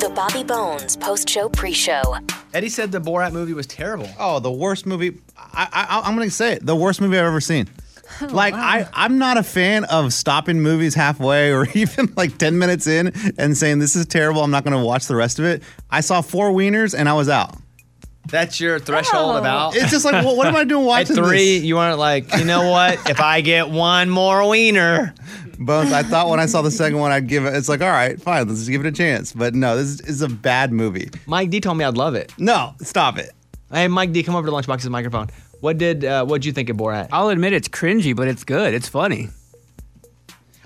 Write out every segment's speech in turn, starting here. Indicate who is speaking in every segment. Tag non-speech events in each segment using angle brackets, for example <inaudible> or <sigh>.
Speaker 1: The Bobby Bones post show pre show.
Speaker 2: Eddie said the Borat movie was terrible.
Speaker 3: Oh, the worst movie. I, I, I'm going to say it. The worst movie I've ever seen. like I, I'm not a fan of stopping movies halfway or <laughs> even like 10 minutes in and saying this is terrible. I'm not going to watch the rest of it. I saw four wieners and I was out.
Speaker 2: That's your threshold
Speaker 4: Oh.
Speaker 2: about.
Speaker 3: It's just like, what, what am I
Speaker 2: <laughs>
Speaker 3: doing
Speaker 2: At
Speaker 3: watching
Speaker 2: three,
Speaker 3: this?
Speaker 2: you aren't like, you know
Speaker 3: <laughs>
Speaker 2: what? if I get one more wiener,
Speaker 3: Bones, I thought when I saw the second one, I'd give it. It's like, all right, fine, let's just give it a chance. But no, this is, this is a bad movie.
Speaker 2: Mike D told me I'd love it.
Speaker 3: No, stop it.
Speaker 2: Hey, Mike D, come over to Lunchbox's microphone. What did uh, what'd you think of Borat?
Speaker 4: I'll admit it's cringy, but it's good. It's funny.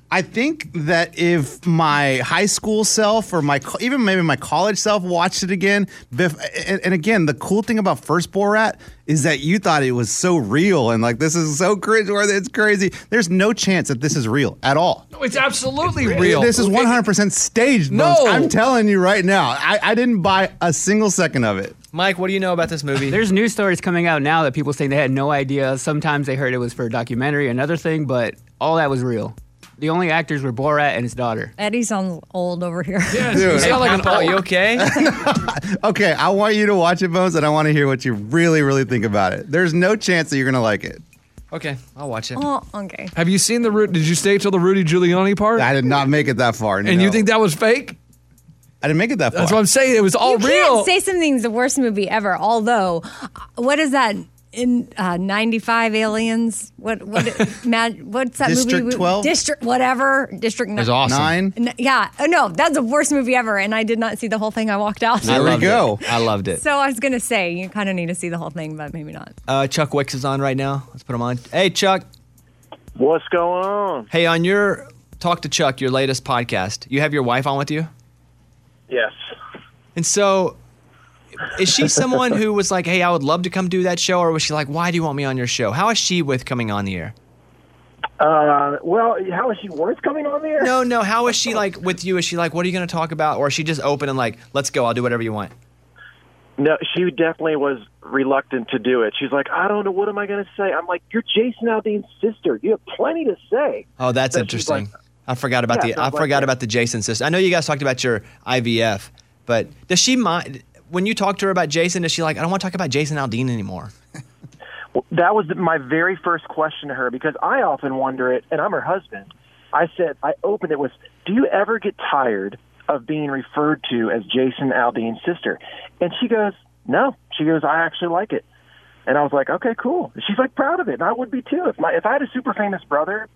Speaker 3: I think that if my high school self or my co- even maybe my college self watched it again, bef- and, and again, the cool thing about first Borat is that you thought it was so real and like this is so cringe, or it's crazy. There's no chance that this is real at all.
Speaker 4: No, it's absolutely real.
Speaker 3: This is 100% staged.
Speaker 4: No.
Speaker 3: Bones. I'm telling you right now, I, I didn't buy a single second of it.
Speaker 2: Mike, what do you know about this movie?
Speaker 4: There's news stories coming out now that people saying they had no idea. Sometimes they heard it was for a documentary, another thing, but all that was real. The only actors were Borat and his daughter.
Speaker 5: Eddie's on old over here.
Speaker 3: Dude.
Speaker 2: Hey, Apple, you
Speaker 3: <laughs>
Speaker 2: okay?
Speaker 3: Okay, I want you to watch it, Bones, and I want to hear what you really, really think about it. There's no chance that you're gonna like it.
Speaker 2: okay, I'll watch it.
Speaker 5: Oh, okay.
Speaker 6: Have you seen the Ru- Did you stay till the Rudy Giuliani part?
Speaker 3: I did not make it that far.
Speaker 6: and you think that was fake?
Speaker 3: I didn't make it that far?
Speaker 6: That's what I'm saying. It was all <laughs>
Speaker 5: you
Speaker 6: real.
Speaker 5: can't say something's the worst movie ever. Although, uh, what is that in uh, '95 Aliens? What what Matt, What's that
Speaker 3: District
Speaker 5: movie? we-
Speaker 3: 12?
Speaker 5: District whatever. District
Speaker 2: It was
Speaker 5: ni-
Speaker 2: awesome.
Speaker 3: Nine.
Speaker 5: N- yeah. Oh, no, that's the worst movie ever, and I did not see the whole thing. I walked out.
Speaker 2: I
Speaker 3: There we
Speaker 2: loved
Speaker 3: go.
Speaker 2: it. I loved it.
Speaker 5: So I was gonna say you kind of need to see the whole thing, but maybe not.
Speaker 2: Uh, Chuck Wicks is on right now. Let's put him on. Hey, Chuck.
Speaker 7: What's going on?
Speaker 2: Hey, on your Talk to Chuck, your latest podcast, you have your wife on with you?
Speaker 7: Yes.
Speaker 2: And so, is she someone who was like, "Hey, I would love to come do that show," or was she like, "Why do you want me on your show?" How is she with coming on the air?
Speaker 7: Uh, well, how is she worth coming on there?
Speaker 2: No, no. How is she like with you? Is she like, "What are you going to talk about?" Or is she just open and like, "Let's go. I'll do whatever you want."
Speaker 7: No, she definitely was reluctant to do it. She's like, I don't know, what am I going to say? I'm like, you're Jason Aldean's sister. You have plenty to say.
Speaker 2: Oh, that's
Speaker 7: So she's
Speaker 2: interesting.
Speaker 7: like-
Speaker 2: I forgot about
Speaker 7: Yeah,
Speaker 2: the
Speaker 7: so
Speaker 2: I
Speaker 7: it's like
Speaker 2: forgot
Speaker 7: that.
Speaker 2: about the Jason sister. I know you guys talked about your IVF, but does she mind when you talk to her about Jason? Is she like, "I don't want to talk about Jason Aldean anymore"? <laughs>
Speaker 7: Well, that was my very first question to her because I often wonder it, and I'm her husband. I said, I opened it with, Do you ever get tired of being referred to as Jason Aldean's sister? And she goes, No. She goes, I actually like it. And I was like, Okay, cool. She's like proud of it, and I would be too. If my if I had a super famous brother,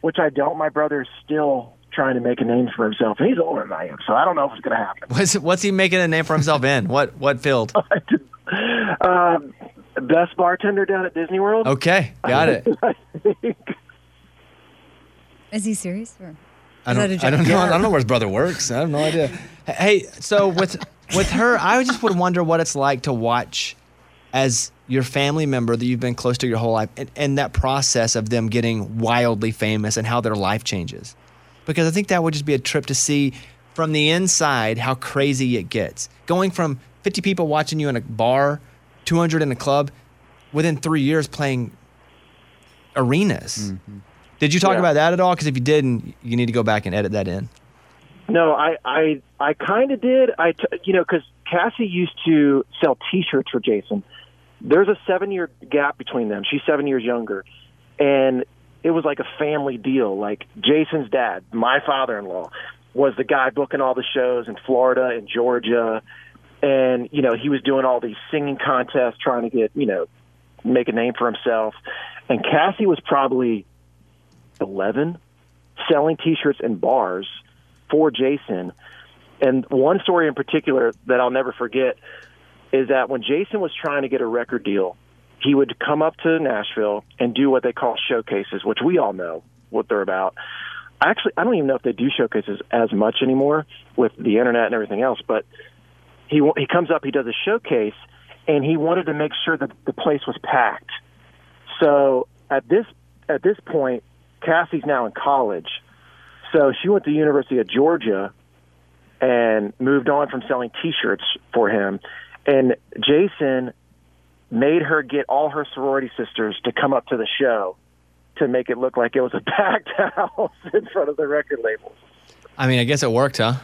Speaker 7: which I don't, my brother's still trying to make a name for himself, and he's older than I am, so I don't know if it's going to happen.
Speaker 2: What's what's he making a name for himself in? What what
Speaker 7: <laughs>
Speaker 2: field?
Speaker 7: Um, best bartender down at Disney World.
Speaker 2: Okay, got it.
Speaker 7: <laughs>
Speaker 5: Is he serious? Or?
Speaker 2: I
Speaker 5: Is
Speaker 2: don't,
Speaker 5: that a
Speaker 2: I don't
Speaker 5: joke?
Speaker 2: know. I don't know where his brother works. I have no idea. Hey, so with with her, I just would wonder what it's like to watch as your family member that you've been close to your whole life, and, and that process of them getting wildly famous and how their life changes. Because I think that would just be a trip to see from the inside how crazy it gets. Going from 50 people watching you in a bar, 200 in a club, within three years playing arenas. Did you talk
Speaker 7: Mm-hmm. Yeah.
Speaker 2: about that at all? Because if you didn't, you need to go back and edit that in.
Speaker 7: No, I I I kind of did. I t- you know because Cassie used to sell T-shirts for Jason. There's a seven year gap between them. She's seven years younger, and it was like a family deal. Like Jason's dad, my father-in-law, was the guy booking all the shows in Florida and Georgia, and you know he was doing all these singing contests trying to get you know make a name for himself. And Cassie was probably eleven, selling T-shirts in bars for Jason. And one story in particular that I'll never forget is that when Jason was trying to get a record deal, he would come up to Nashville and do what they call showcases, which we all know what they're about. Actually, I don't even know if they do showcases as much anymore with the internet and everything else, but he wa- he comes up, he does a showcase, and he wanted to make sure that the place was packed. So at this at this point, Cassie's now in college, so she went to the University of Georgia and moved on from selling T-shirts for him. And Jason made her get all her sorority sisters to come up to the show to make it look like <laughs> it was a packed house in front of the record labels.
Speaker 2: I mean, I guess it worked, huh?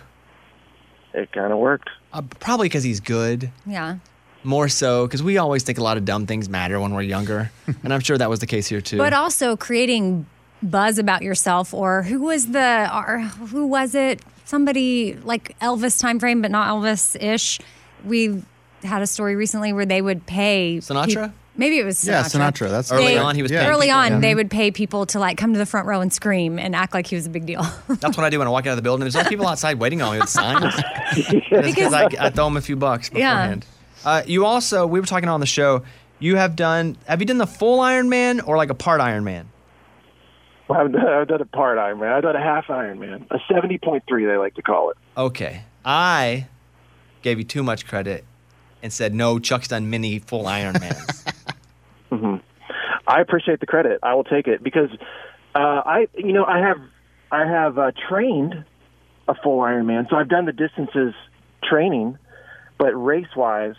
Speaker 7: it kind of worked.
Speaker 2: Uh, probably because he's good,
Speaker 5: Yeah.
Speaker 2: more so because we always think a lot of dumb things matter when we're
Speaker 7: <laughs>
Speaker 2: younger, and I'm sure that was the case here too.
Speaker 5: But also creating buzz about yourself, or who was the, or who was it? Somebody like Elvis time frame, but not Elvis ish. We had a story recently where they would pay
Speaker 2: Sinatra?
Speaker 5: peop- maybe it was Sinatra.
Speaker 3: Yeah, Sinatra, that's
Speaker 2: Early
Speaker 5: They-
Speaker 2: on, he was
Speaker 3: Yeah.
Speaker 2: paying
Speaker 5: Early
Speaker 2: people.
Speaker 5: on, they would pay people to like come to the front row and scream and act like he was a big deal.
Speaker 2: That's what I do when I walk out of the building. There's other people outside waiting on me with
Speaker 7: <laughs>
Speaker 2: signs. Because I, I throw them a few bucks
Speaker 5: Yeah.
Speaker 2: beforehand. Uh, you also, we were talking on the show. You have done. Have you done the full Ironman or like a part Ironman?
Speaker 7: I've done, I've done a part Ironman. I've done a half Ironman, a seventy point three they like to call it.
Speaker 2: Okay, I gave you too much credit and said no. Chuck's done many full
Speaker 5: <laughs>
Speaker 2: Ironmans.
Speaker 7: I appreciate the credit. I will take it because uh, I, you know, I have I have uh, trained a full Ironman, so I've done the distances training, but race wise,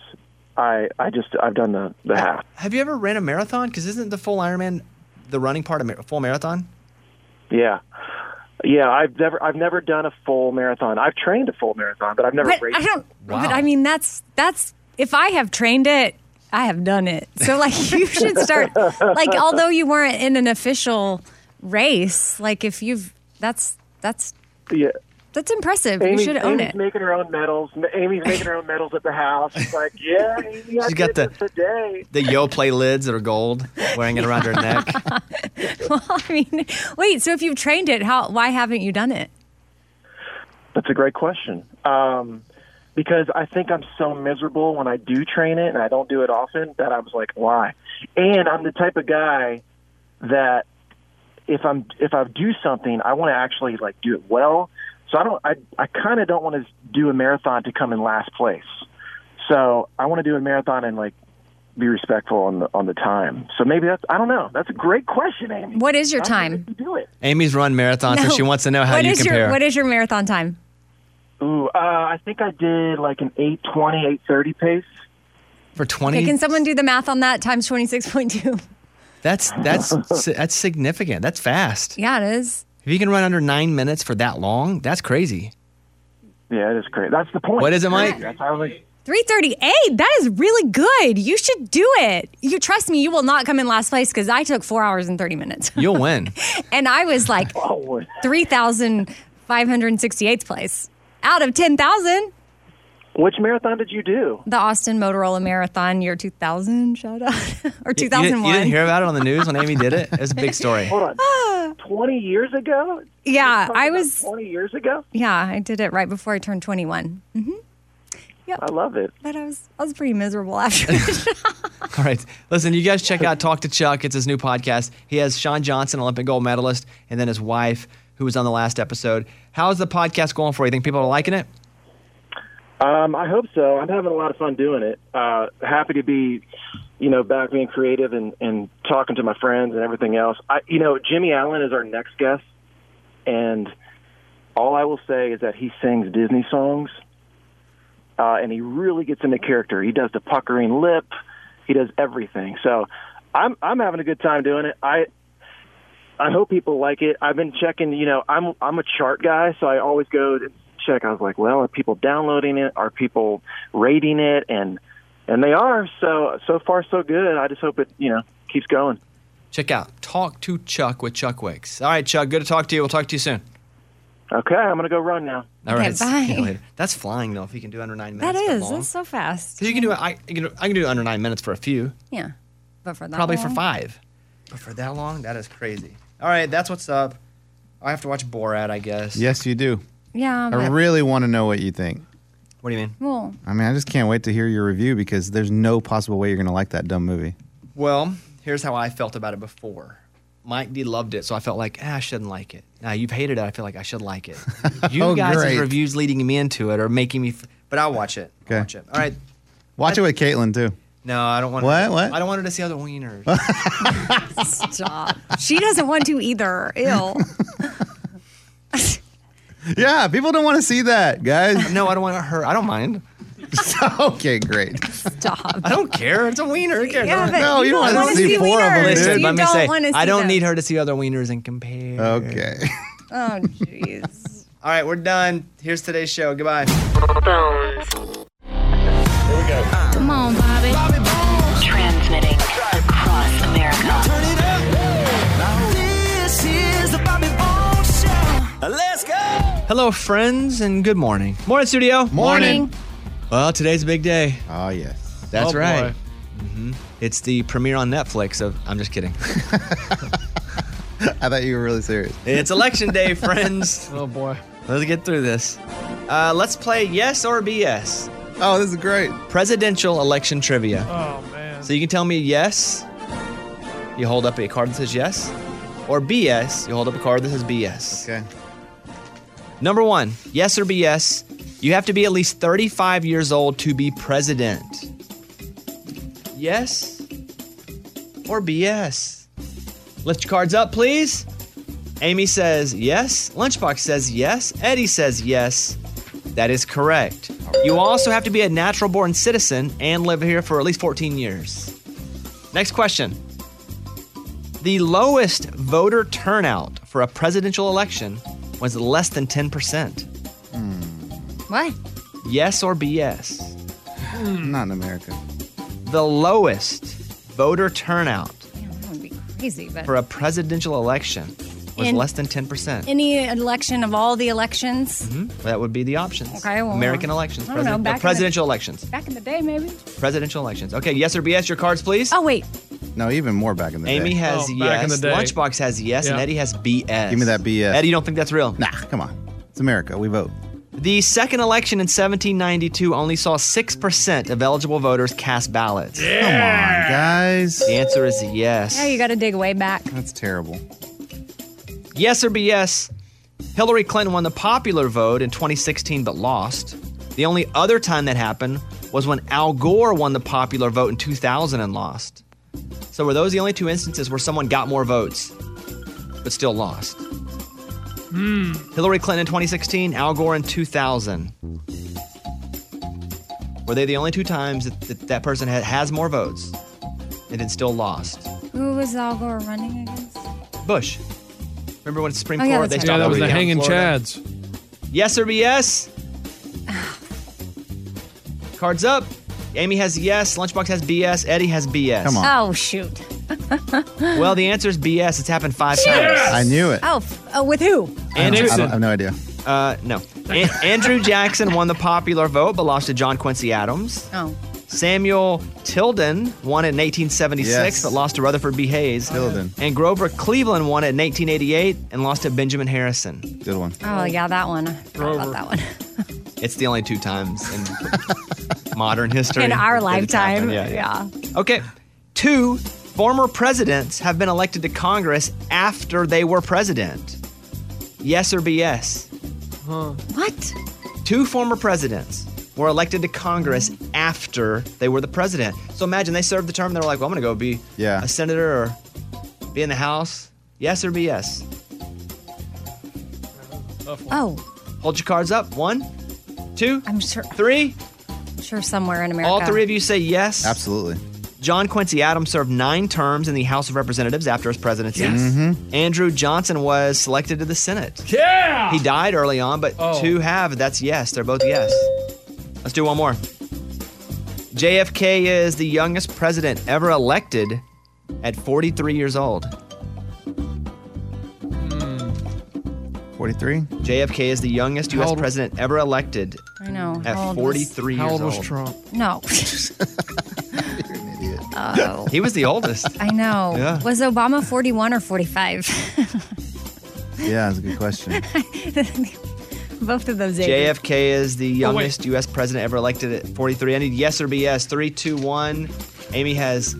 Speaker 7: I I just I've done the the half.
Speaker 2: have you ever ran a marathon? Because isn't the full Ironman the running part of mar- full marathon?
Speaker 7: Yeah. Yeah, I've never I've never done a full marathon. I've trained a full marathon, but I've never
Speaker 5: But
Speaker 7: raced.
Speaker 5: I don't.
Speaker 2: Wow.
Speaker 5: But I mean, that's that's if I have trained it, I have done it. So like, <laughs> you should start. Like, although you weren't in an official race, like if you've that's that's
Speaker 7: Yeah.
Speaker 5: that's impressive.
Speaker 7: Amy,
Speaker 5: you should own
Speaker 7: Amy's
Speaker 5: it.
Speaker 7: making her own medals. Ma- Amy's making her own medals at the house. She's
Speaker 5: <laughs>
Speaker 7: like, yeah, Amy, I
Speaker 2: She's got
Speaker 7: did
Speaker 2: the-
Speaker 7: this today.
Speaker 2: The Yo Play lids that are gold, wearing it around her neck.
Speaker 5: <laughs> I mean, wait. So if you've trained it, how why haven't you done it?
Speaker 7: That's a great question. Um, because I think I'm so miserable when I do train it and I don't do it often that I was like, why? And I'm the type of guy that if I'm if I do something, I want to actually like do it well. So I don't I I kind of don't want to do a marathon to come in last place. So I want to do a marathon and like be respectful on the on the time. So maybe that's I don't know. That's a great question, Amy.
Speaker 5: What is your
Speaker 7: How did
Speaker 5: time?
Speaker 7: you Do it.
Speaker 2: Amy's run marathon, so
Speaker 5: No.
Speaker 2: she wants to know how
Speaker 5: What
Speaker 2: you
Speaker 5: is
Speaker 2: compare.
Speaker 5: Your, what is your marathon time?
Speaker 7: Ooh, uh, I think I did like an eight twenty, eight thirty pace.
Speaker 2: For twenty,
Speaker 5: Okay, can someone do the math on that times twenty six point two? <laughs>
Speaker 2: that's that's si- that's significant. That's fast.
Speaker 5: Yeah, it is.
Speaker 2: If you can run under nine minutes for that long, that's crazy.
Speaker 7: Yeah, it is crazy. That's the point.
Speaker 2: What is it, Mike?
Speaker 7: That's how they-
Speaker 5: 338. That is really good. You should do it. You trust me, you will not come in last place because I took four hours and 30 minutes.
Speaker 2: You'll win.
Speaker 5: <laughs> and I was like
Speaker 7: <laughs> oh, what-
Speaker 5: 3,568th place out of 10,000.
Speaker 7: which marathon did you do?
Speaker 5: The Austin Motorola Marathon year 2000, shout out, <laughs> or
Speaker 2: You didn't-
Speaker 5: 2001.
Speaker 2: You, didn't hear about it on the news when Amy did it. It was a big story.
Speaker 7: Hold
Speaker 5: <laughs>
Speaker 7: on. 20 years ago?
Speaker 5: yeah,
Speaker 7: Talking
Speaker 5: I
Speaker 7: about
Speaker 5: was,
Speaker 7: 20 years ago?
Speaker 5: yeah, I did it right before I turned 21.
Speaker 7: I love it.
Speaker 5: But I was, I was pretty miserable
Speaker 2: <laughs>
Speaker 5: after it.
Speaker 2: All right, listen, you guys check out Talk to Chuck. It's his new podcast. He has Sean Johnson, Olympic gold medalist, and then his wife, who was on the last episode. How's the podcast going for you? Think people are liking it?
Speaker 7: Um, I hope so. I'm having a lot of fun doing it. Uh, happy to be, you know, back being creative and, and talking to my friends and everything else. I, you know, Jimmy Allen is our next guest, and all I will say is that he sings Disney songs, uh, and he really gets into character. He does the puckering lip, he does everything. So, I'm I'm having a good time doing it. I I hope people like it. I've been checking. You know, I'm I'm a chart guy, so I always go to check. I was like, well, are people downloading it? Are people rating it? And and they are. So so far so good. I just hope it you know keeps going.
Speaker 2: Check out Talk to Chuck with Chuck Wicks. All right, Chuck, good to talk to you. We'll talk to you soon.
Speaker 7: Okay, I'm gonna go run now.
Speaker 2: All
Speaker 5: Okay,
Speaker 2: right, see you
Speaker 5: bye.
Speaker 2: later. That's flying though. If you can do under nine
Speaker 5: that
Speaker 2: minutes,
Speaker 5: is,
Speaker 2: long.
Speaker 5: that's so fast.
Speaker 2: So you can do it. I you know, I can do it under nine minutes for a few,
Speaker 5: Yeah. But for that
Speaker 2: probably for
Speaker 5: long-
Speaker 2: five, but for that long, that is crazy. All right, that's what's up. I have to watch Borat, I guess.
Speaker 3: Yes, you do.
Speaker 2: Oh,
Speaker 5: Yeah.
Speaker 3: I
Speaker 5: but-
Speaker 3: really want to know what you think.
Speaker 2: What do you mean?
Speaker 5: well,
Speaker 3: I mean, I just can't wait to hear your review because there's no possible way you're going to like that dumb movie.
Speaker 2: Well, here's how I felt about it before. Mike D loved it, so I felt like ah, I shouldn't like it. Now you've hated it. I feel like I should like
Speaker 3: <laughs>
Speaker 2: it. You
Speaker 3: Oh,
Speaker 2: guys'
Speaker 3: great.
Speaker 2: reviews leading me into it are making me. F- but I'll watch it. I'll
Speaker 3: Okay.
Speaker 2: watch it. All right.
Speaker 3: Watch it with Caitlin too.
Speaker 2: No, I don't want.
Speaker 3: What? What?
Speaker 2: I don't want her to see other
Speaker 3: <laughs>
Speaker 2: wieners.
Speaker 5: Stop. She doesn't want to either. Ew.
Speaker 3: Yeah, people don't want to see that, guys.
Speaker 2: no, I don't want her. I don't mind.
Speaker 3: <laughs> okay, great.
Speaker 2: I
Speaker 5: <laughs> Stop.
Speaker 2: don't care. It's a wiener. Who cares?
Speaker 5: Yeah, but
Speaker 3: No, you
Speaker 5: you
Speaker 3: don't
Speaker 5: don't
Speaker 3: wanna
Speaker 5: want to
Speaker 3: see
Speaker 5: see
Speaker 3: four of 'em,
Speaker 5: wieners.
Speaker 3: dude.
Speaker 5: You
Speaker 2: Let me
Speaker 5: don't
Speaker 2: say,
Speaker 5: want to see
Speaker 2: I don't
Speaker 5: them.
Speaker 2: need her to see other wieners and compare.
Speaker 3: Okay.
Speaker 5: Oh, jeez.
Speaker 2: All right, we're done. Here's today's show. Goodbye.
Speaker 1: Bones.
Speaker 8: Come on, Bobby.
Speaker 1: Transmitting across America.
Speaker 9: This is the Bobby Bones Show. Let's go.
Speaker 2: Hello, friends, and good morning. Morning, studio.
Speaker 3: Morning.
Speaker 2: Well, today's a big day.
Speaker 3: Oh yes.
Speaker 2: That's
Speaker 6: Oh,
Speaker 2: right.
Speaker 6: boy.
Speaker 2: It's the premiere on Netflix of. I'm just kidding.
Speaker 3: <laughs> I thought you were really serious.
Speaker 2: it's election day, friends.
Speaker 6: <laughs> Oh boy.
Speaker 2: Let's get through this. Uh, let's play yes or BS.
Speaker 3: Oh, this is great.
Speaker 2: Presidential election trivia.
Speaker 6: Oh man.
Speaker 2: So you can tell me yes. You hold up a card that says yes, or BS. You hold up a card that says BS.
Speaker 3: Okay.
Speaker 2: Number one, yes or BS, you have to be at least 35 years old to be president. Yes or BS? Lift your cards up, please. Amy says yes. Lunchbox says yes. Eddie says yes. That is correct. You also have to be a natural born citizen and live here for at least 14 years. Next question. The lowest voter turnout for a presidential election was less than 10%.
Speaker 5: What?
Speaker 2: Yes or BS?
Speaker 3: Hmm, Not in America.
Speaker 2: The lowest voter turnout
Speaker 5: Yeah, that would be crazy. But
Speaker 2: for a presidential election was
Speaker 5: In-
Speaker 2: less than 10%.
Speaker 5: any election of all the elections
Speaker 2: that would be the options.
Speaker 5: Okay, well,
Speaker 2: American
Speaker 5: uh,
Speaker 2: elections,
Speaker 5: I don't know,
Speaker 2: presiden-
Speaker 5: back in
Speaker 2: uh,
Speaker 5: the-
Speaker 2: presidential elections,
Speaker 5: back in the day, maybe.
Speaker 2: presidential elections. Okay, yes or BS? Your cards, please.
Speaker 5: Oh wait,
Speaker 3: No, even more back in the
Speaker 2: Amy
Speaker 3: day.
Speaker 2: has
Speaker 6: Oh, back in
Speaker 2: yes.
Speaker 6: the day.
Speaker 2: Lunchbox has yes, and
Speaker 6: Yeah.
Speaker 2: Eddie has BS.
Speaker 3: Give me that BS.
Speaker 2: Eddie, you don't think that's real?
Speaker 3: Nah, come on. It's America. We vote.
Speaker 2: The second election in 1792 only saw 6% of eligible voters cast ballots.
Speaker 3: Come on, guys.
Speaker 2: The answer is yes.
Speaker 5: now you got to dig way back.
Speaker 3: That's terrible.
Speaker 2: Yes or BS? Hillary Clinton won the popular vote in 2016 but lost. The only other time that happened was when Al Gore won the popular vote in 2000 and lost. So were those the only two instances where someone got more votes but still lost?
Speaker 5: Hmm.
Speaker 2: Hillary Clinton in 2016, Al Gore in 2000. Were they the only two times that that, that person had, has more votes and then still lost?
Speaker 5: Who was Al Gore running against?
Speaker 2: Bush. Remember when the Supreme
Speaker 5: Oh, yeah,
Speaker 2: Court
Speaker 5: that's
Speaker 2: they
Speaker 5: right.
Speaker 2: stopped
Speaker 6: Yeah, that was the
Speaker 2: voting?
Speaker 6: hanging
Speaker 2: Florida.
Speaker 6: chads.
Speaker 2: Yes or
Speaker 5: <sighs>
Speaker 2: BS? Cards up. Amy has yes. Lunchbox has BS. Eddie has BS.
Speaker 3: Come on.
Speaker 5: Oh shoot!
Speaker 2: <gasps> Well, the answer is BS. It's happened five times.
Speaker 3: I knew it.
Speaker 5: Oh, f- oh with who?
Speaker 2: Andrew,
Speaker 3: I, don't, I have no idea.
Speaker 2: uh, no. An- Andrew Jackson won the popular vote, but lost to John Quincy Adams.
Speaker 5: Oh,
Speaker 2: Samuel Tilden won in 1876,
Speaker 3: Yes.
Speaker 2: but lost to Rutherford B. Hayes.
Speaker 3: Tilden.
Speaker 2: And Grover Cleveland won in 1988 and lost to Benjamin Harrison.
Speaker 3: Good one.
Speaker 5: oh yeah, that one. I forgot about that one.
Speaker 2: It's the only two times in <laughs> modern history.
Speaker 5: <laughs> In our
Speaker 2: that it's
Speaker 5: lifetime,
Speaker 2: happened.
Speaker 5: yeah.
Speaker 2: Okay. Two former presidents have been elected to Congress after they were president. Yes or BS?
Speaker 5: What?
Speaker 2: Two former presidents were elected to Congress after they were the president. So imagine they served the term. They were like, well, I'm going to go be
Speaker 3: Yeah.
Speaker 2: a senator or be in the House. Yes or BS?
Speaker 5: Oh,
Speaker 2: Hold your cards up. One, two,
Speaker 5: I'm sure,
Speaker 2: three.
Speaker 5: sure somewhere in America.
Speaker 2: All three of you say yes.
Speaker 3: Absolutely.
Speaker 2: John Quincy Adams served nine terms in the House of Representatives after his presidency. Andrew Johnson was selected to the Senate.
Speaker 6: Mm-hmm. Yeah.
Speaker 2: He died early on, but
Speaker 6: Oh.
Speaker 2: two have. That's yes. They're both yes. Let's do one more. JFK is the youngest president ever elected at 43 years old.
Speaker 3: 43?
Speaker 2: JFK is the youngest
Speaker 6: How
Speaker 2: U.S.
Speaker 6: old-
Speaker 2: president ever elected
Speaker 5: I know. How
Speaker 2: at
Speaker 5: old was-
Speaker 2: 43
Speaker 6: How
Speaker 2: years
Speaker 6: old was
Speaker 2: old.
Speaker 6: Trump? <laughs>
Speaker 5: No,
Speaker 2: He was the oldest.
Speaker 5: I know.
Speaker 2: Yeah.
Speaker 5: Was Obama 41 or 45?
Speaker 3: Yeah, that's a good
Speaker 5: <laughs>
Speaker 3: question.
Speaker 5: Both of those ages.
Speaker 2: JFK is
Speaker 5: Oh,
Speaker 2: the youngest U.S. president ever elected at 43. I need yes or BS. Three, two, one. Amy has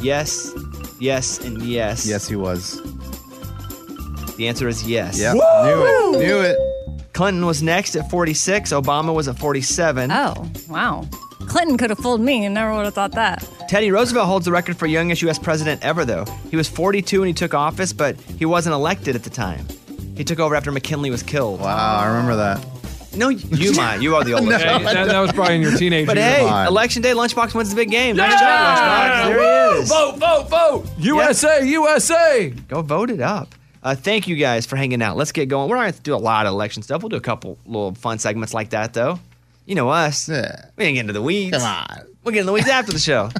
Speaker 2: yes, yes, and yes.
Speaker 3: yes, he was.
Speaker 2: The answer is yes.
Speaker 3: Yeah. Knew it. Knew it.
Speaker 2: Clinton was next at 46. Obama was at 47.
Speaker 5: Oh, wow. Clinton could have fooled me and never would have thought that.
Speaker 2: Teddy Roosevelt holds the record for youngest U.S. president ever, though. He was 42 when he took office, but he wasn't elected at the time. He took over after McKinley was killed.
Speaker 3: Wow, I remember that.
Speaker 2: No,
Speaker 3: <laughs>
Speaker 2: you mind. You are
Speaker 6: <laughs>
Speaker 2: the oldest.
Speaker 6: Hey, that, that was probably
Speaker 2: <laughs>
Speaker 6: in your teenage
Speaker 2: But
Speaker 6: years.
Speaker 2: hey,
Speaker 3: Come on.
Speaker 2: election day, Lunchbox wins the big game. Nice job,
Speaker 6: Yeah!
Speaker 2: Lunchbox. There he is.
Speaker 6: Vote, vote, vote! USA, USA!
Speaker 2: Go vote it up. Uh, thank you guys for hanging out. Let's get going. We're not going to do a lot of election stuff. We'll do a couple little fun segments like that, though. You know us.
Speaker 3: Yeah.
Speaker 2: We didn't get into the weeds.
Speaker 3: Come on.
Speaker 2: We'll get in the weeds after the
Speaker 3: <laughs>
Speaker 2: show.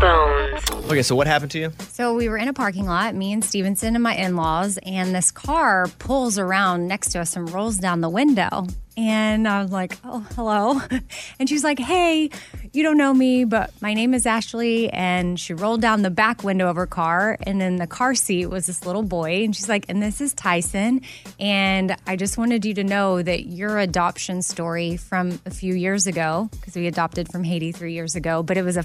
Speaker 1: Bones.
Speaker 2: okay, so what happened to you?
Speaker 5: So we were in a parking lot, me and Stevenson and my in laws, and this car pulls around next to us and rolls down the window. And I was like, oh, hello. <laughs> And she's like, hey, you don't know me, but my name is Ashley. And she rolled down the back window of her car. And in the car seat was this little boy. And she's like, and this is Tyson. And I just wanted you to know that your adoption story from a few years ago, because we adopted from Haiti three years ago, but it was a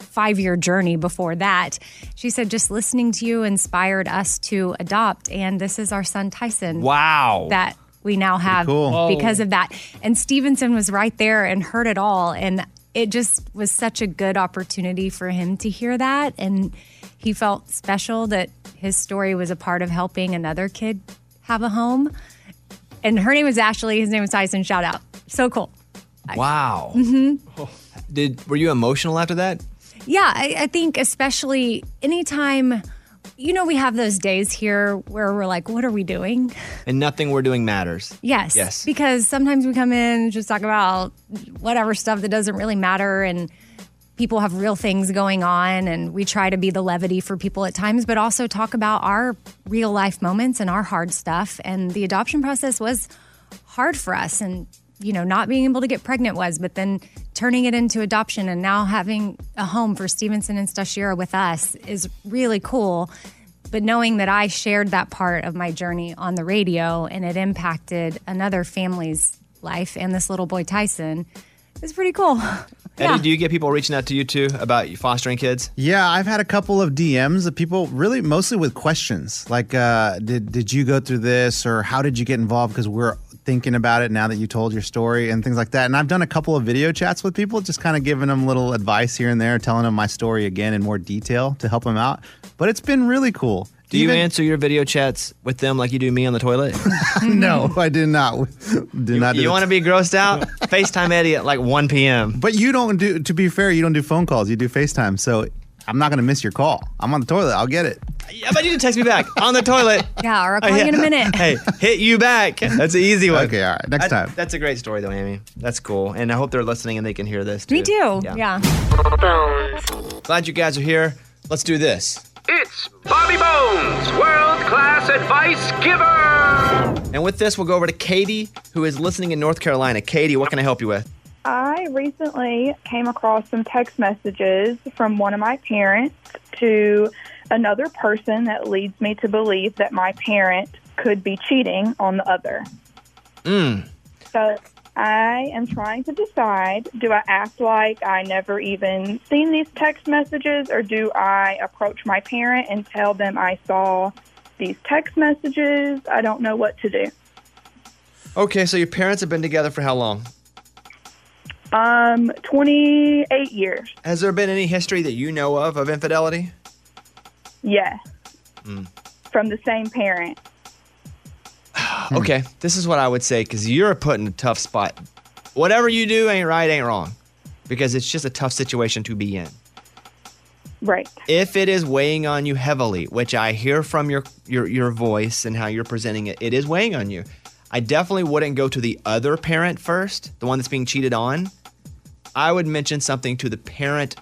Speaker 5: five year journey before that. She said, just listening to you inspired us to adopt. And this is our son, Tyson.
Speaker 2: Wow.
Speaker 5: That we now have
Speaker 3: cool. Whoa.
Speaker 5: because of that. And Stevenson was right there and heard it all. And it just was such a good opportunity for him to hear that. And he felt special that his story was a part of helping another kid have a home. And her name was Ashley. His name was Tyson. Shout out. So cool.
Speaker 2: wow.
Speaker 5: Mm-hmm.
Speaker 2: Did were you emotional after that?
Speaker 5: Yeah, I, I think especially anytime, you know, we have those days here where we're like, what are we doing?
Speaker 2: And nothing we're doing matters.
Speaker 5: Yes.
Speaker 2: Yes.
Speaker 5: Because sometimes we come in and just talk about whatever stuff that doesn't really matter and people have real things going on and we try to be the levity for people at times, but also talk about our real life moments and our hard stuff. And the adoption process was hard for us and you know, not being able to get pregnant was, but then turning it into adoption and now having a home for Stevenson and Stashira with us is really cool but knowing that I shared that part of my journey on the radio and it impacted another family's life and this little boy Tyson is pretty cool. <laughs> Yeah.
Speaker 2: Eddie, do you get people reaching out to you too about fostering kids?
Speaker 3: Yeah, I've had a couple of DMs of people really mostly with questions like, uh, did, did you go through this or how did you get involved? Because we're thinking about it now that you told your story and things like that. And I've done a couple of video chats with people, just kind of giving them little advice here and there, telling them my story again in more detail to help them out. But it's been really cool. <laughs>
Speaker 2: Do you
Speaker 3: Even-
Speaker 2: answer your video chats with them like you do me on the
Speaker 3: <laughs>
Speaker 2: toilet?
Speaker 3: No, I did not. <laughs> Did not do
Speaker 2: you
Speaker 3: the-
Speaker 2: want to be grossed
Speaker 3: <laughs>
Speaker 2: out? FaceTime Eddie at like 1 p.m.
Speaker 3: But you don't do, to be fair, you don't do phone calls. You do FaceTime. So I'm not going to miss your call. I'm on the toilet. I'll get it.
Speaker 2: How about you just text me
Speaker 3: <laughs>
Speaker 2: back on the toilet? <laughs>
Speaker 5: Yeah,
Speaker 2: Oh,
Speaker 5: or I'll call you in a minute.
Speaker 2: Hey, hit you back. That's an easy one.
Speaker 3: Okay, all right. Next
Speaker 2: That-
Speaker 3: time.
Speaker 2: That's a great story, though, Amy. That's cool. And I hope they're listening and they can hear this. Too.
Speaker 5: Me too. Yeah.
Speaker 1: Bones.
Speaker 2: Glad you guys are here. Let's do this.
Speaker 8: It's Bobby Bones, world class advice giver.
Speaker 2: And with this, we'll go over to Katie, who is listening in North Carolina. Katie, what can I help you with?
Speaker 10: I recently came across some text messages from one of my parents to another person that leads me to believe that my parent could be cheating on the other.
Speaker 2: Hmm.
Speaker 10: So I am trying to decide do I act like I never even seen these text messages or do I approach my parent and tell them I saw these text messages? I don't know what to do.
Speaker 2: Okay, so your parents have been together for how long?
Speaker 10: Um 28 years.
Speaker 2: Has there been any history that you know of of infidelity?
Speaker 10: Yes. From the same parent.
Speaker 2: <sighs> Okay, this is what I would say because you're put in a tough spot. Whatever you do ain't right, ain't wrong, because it's just a tough situation to be in.
Speaker 10: Right.
Speaker 2: If it is weighing on you heavily, which I hear from your your your voice and how you're presenting it, it is weighing on you. I definitely wouldn't go to the other parent first, the one that's being cheated on. I would mention something to the parent.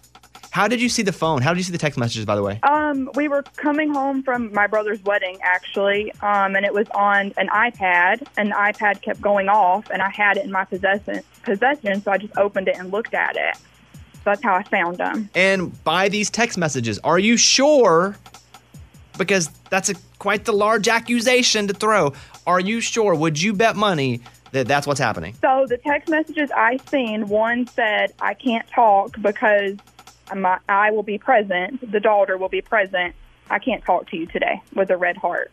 Speaker 2: How did you see the phone? How did you see the text messages, by the way?
Speaker 10: Um, we were coming home from my brother's wedding, actually, um, and it was on an iPad, and the iPad kept going off, and I had it in my possession, possession so I just opened it and looked at it. So that's how I found them.
Speaker 2: and by these text messages. Are you sure? Because that's a quite the large accusation to throw. Are you sure? Would you bet money that that's what's happening?
Speaker 10: So the text messages I seen, one said, I can't talk because my, I will be present, the daughter will be present. I can't talk to you today with a red heart.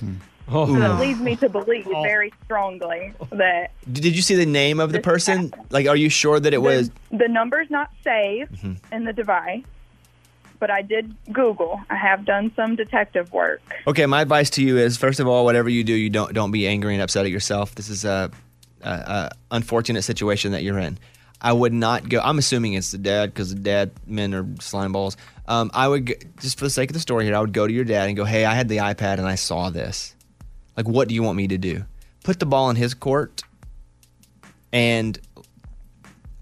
Speaker 10: So
Speaker 2: Oh.
Speaker 10: that leads me to believe very strongly that
Speaker 2: D- Did you see the name of the person? Like, are you sure that it was?
Speaker 10: the, the number's not saved
Speaker 2: Mm-hmm.
Speaker 10: in the device, but I did Google. I have done some detective work.
Speaker 2: Okay, my advice to you is: first of all, whatever you do, you don't don't be angry and upset at yourself. This is a, a, a unfortunate situation that you're in. I would not go. I'm assuming it's the dad because the dad men are slime balls. um, I would, g- just for the sake of the story here, I would go to your dad and go, hey, I had the iPad and I saw this. Like, what do you want me to do? Put the ball in his court. And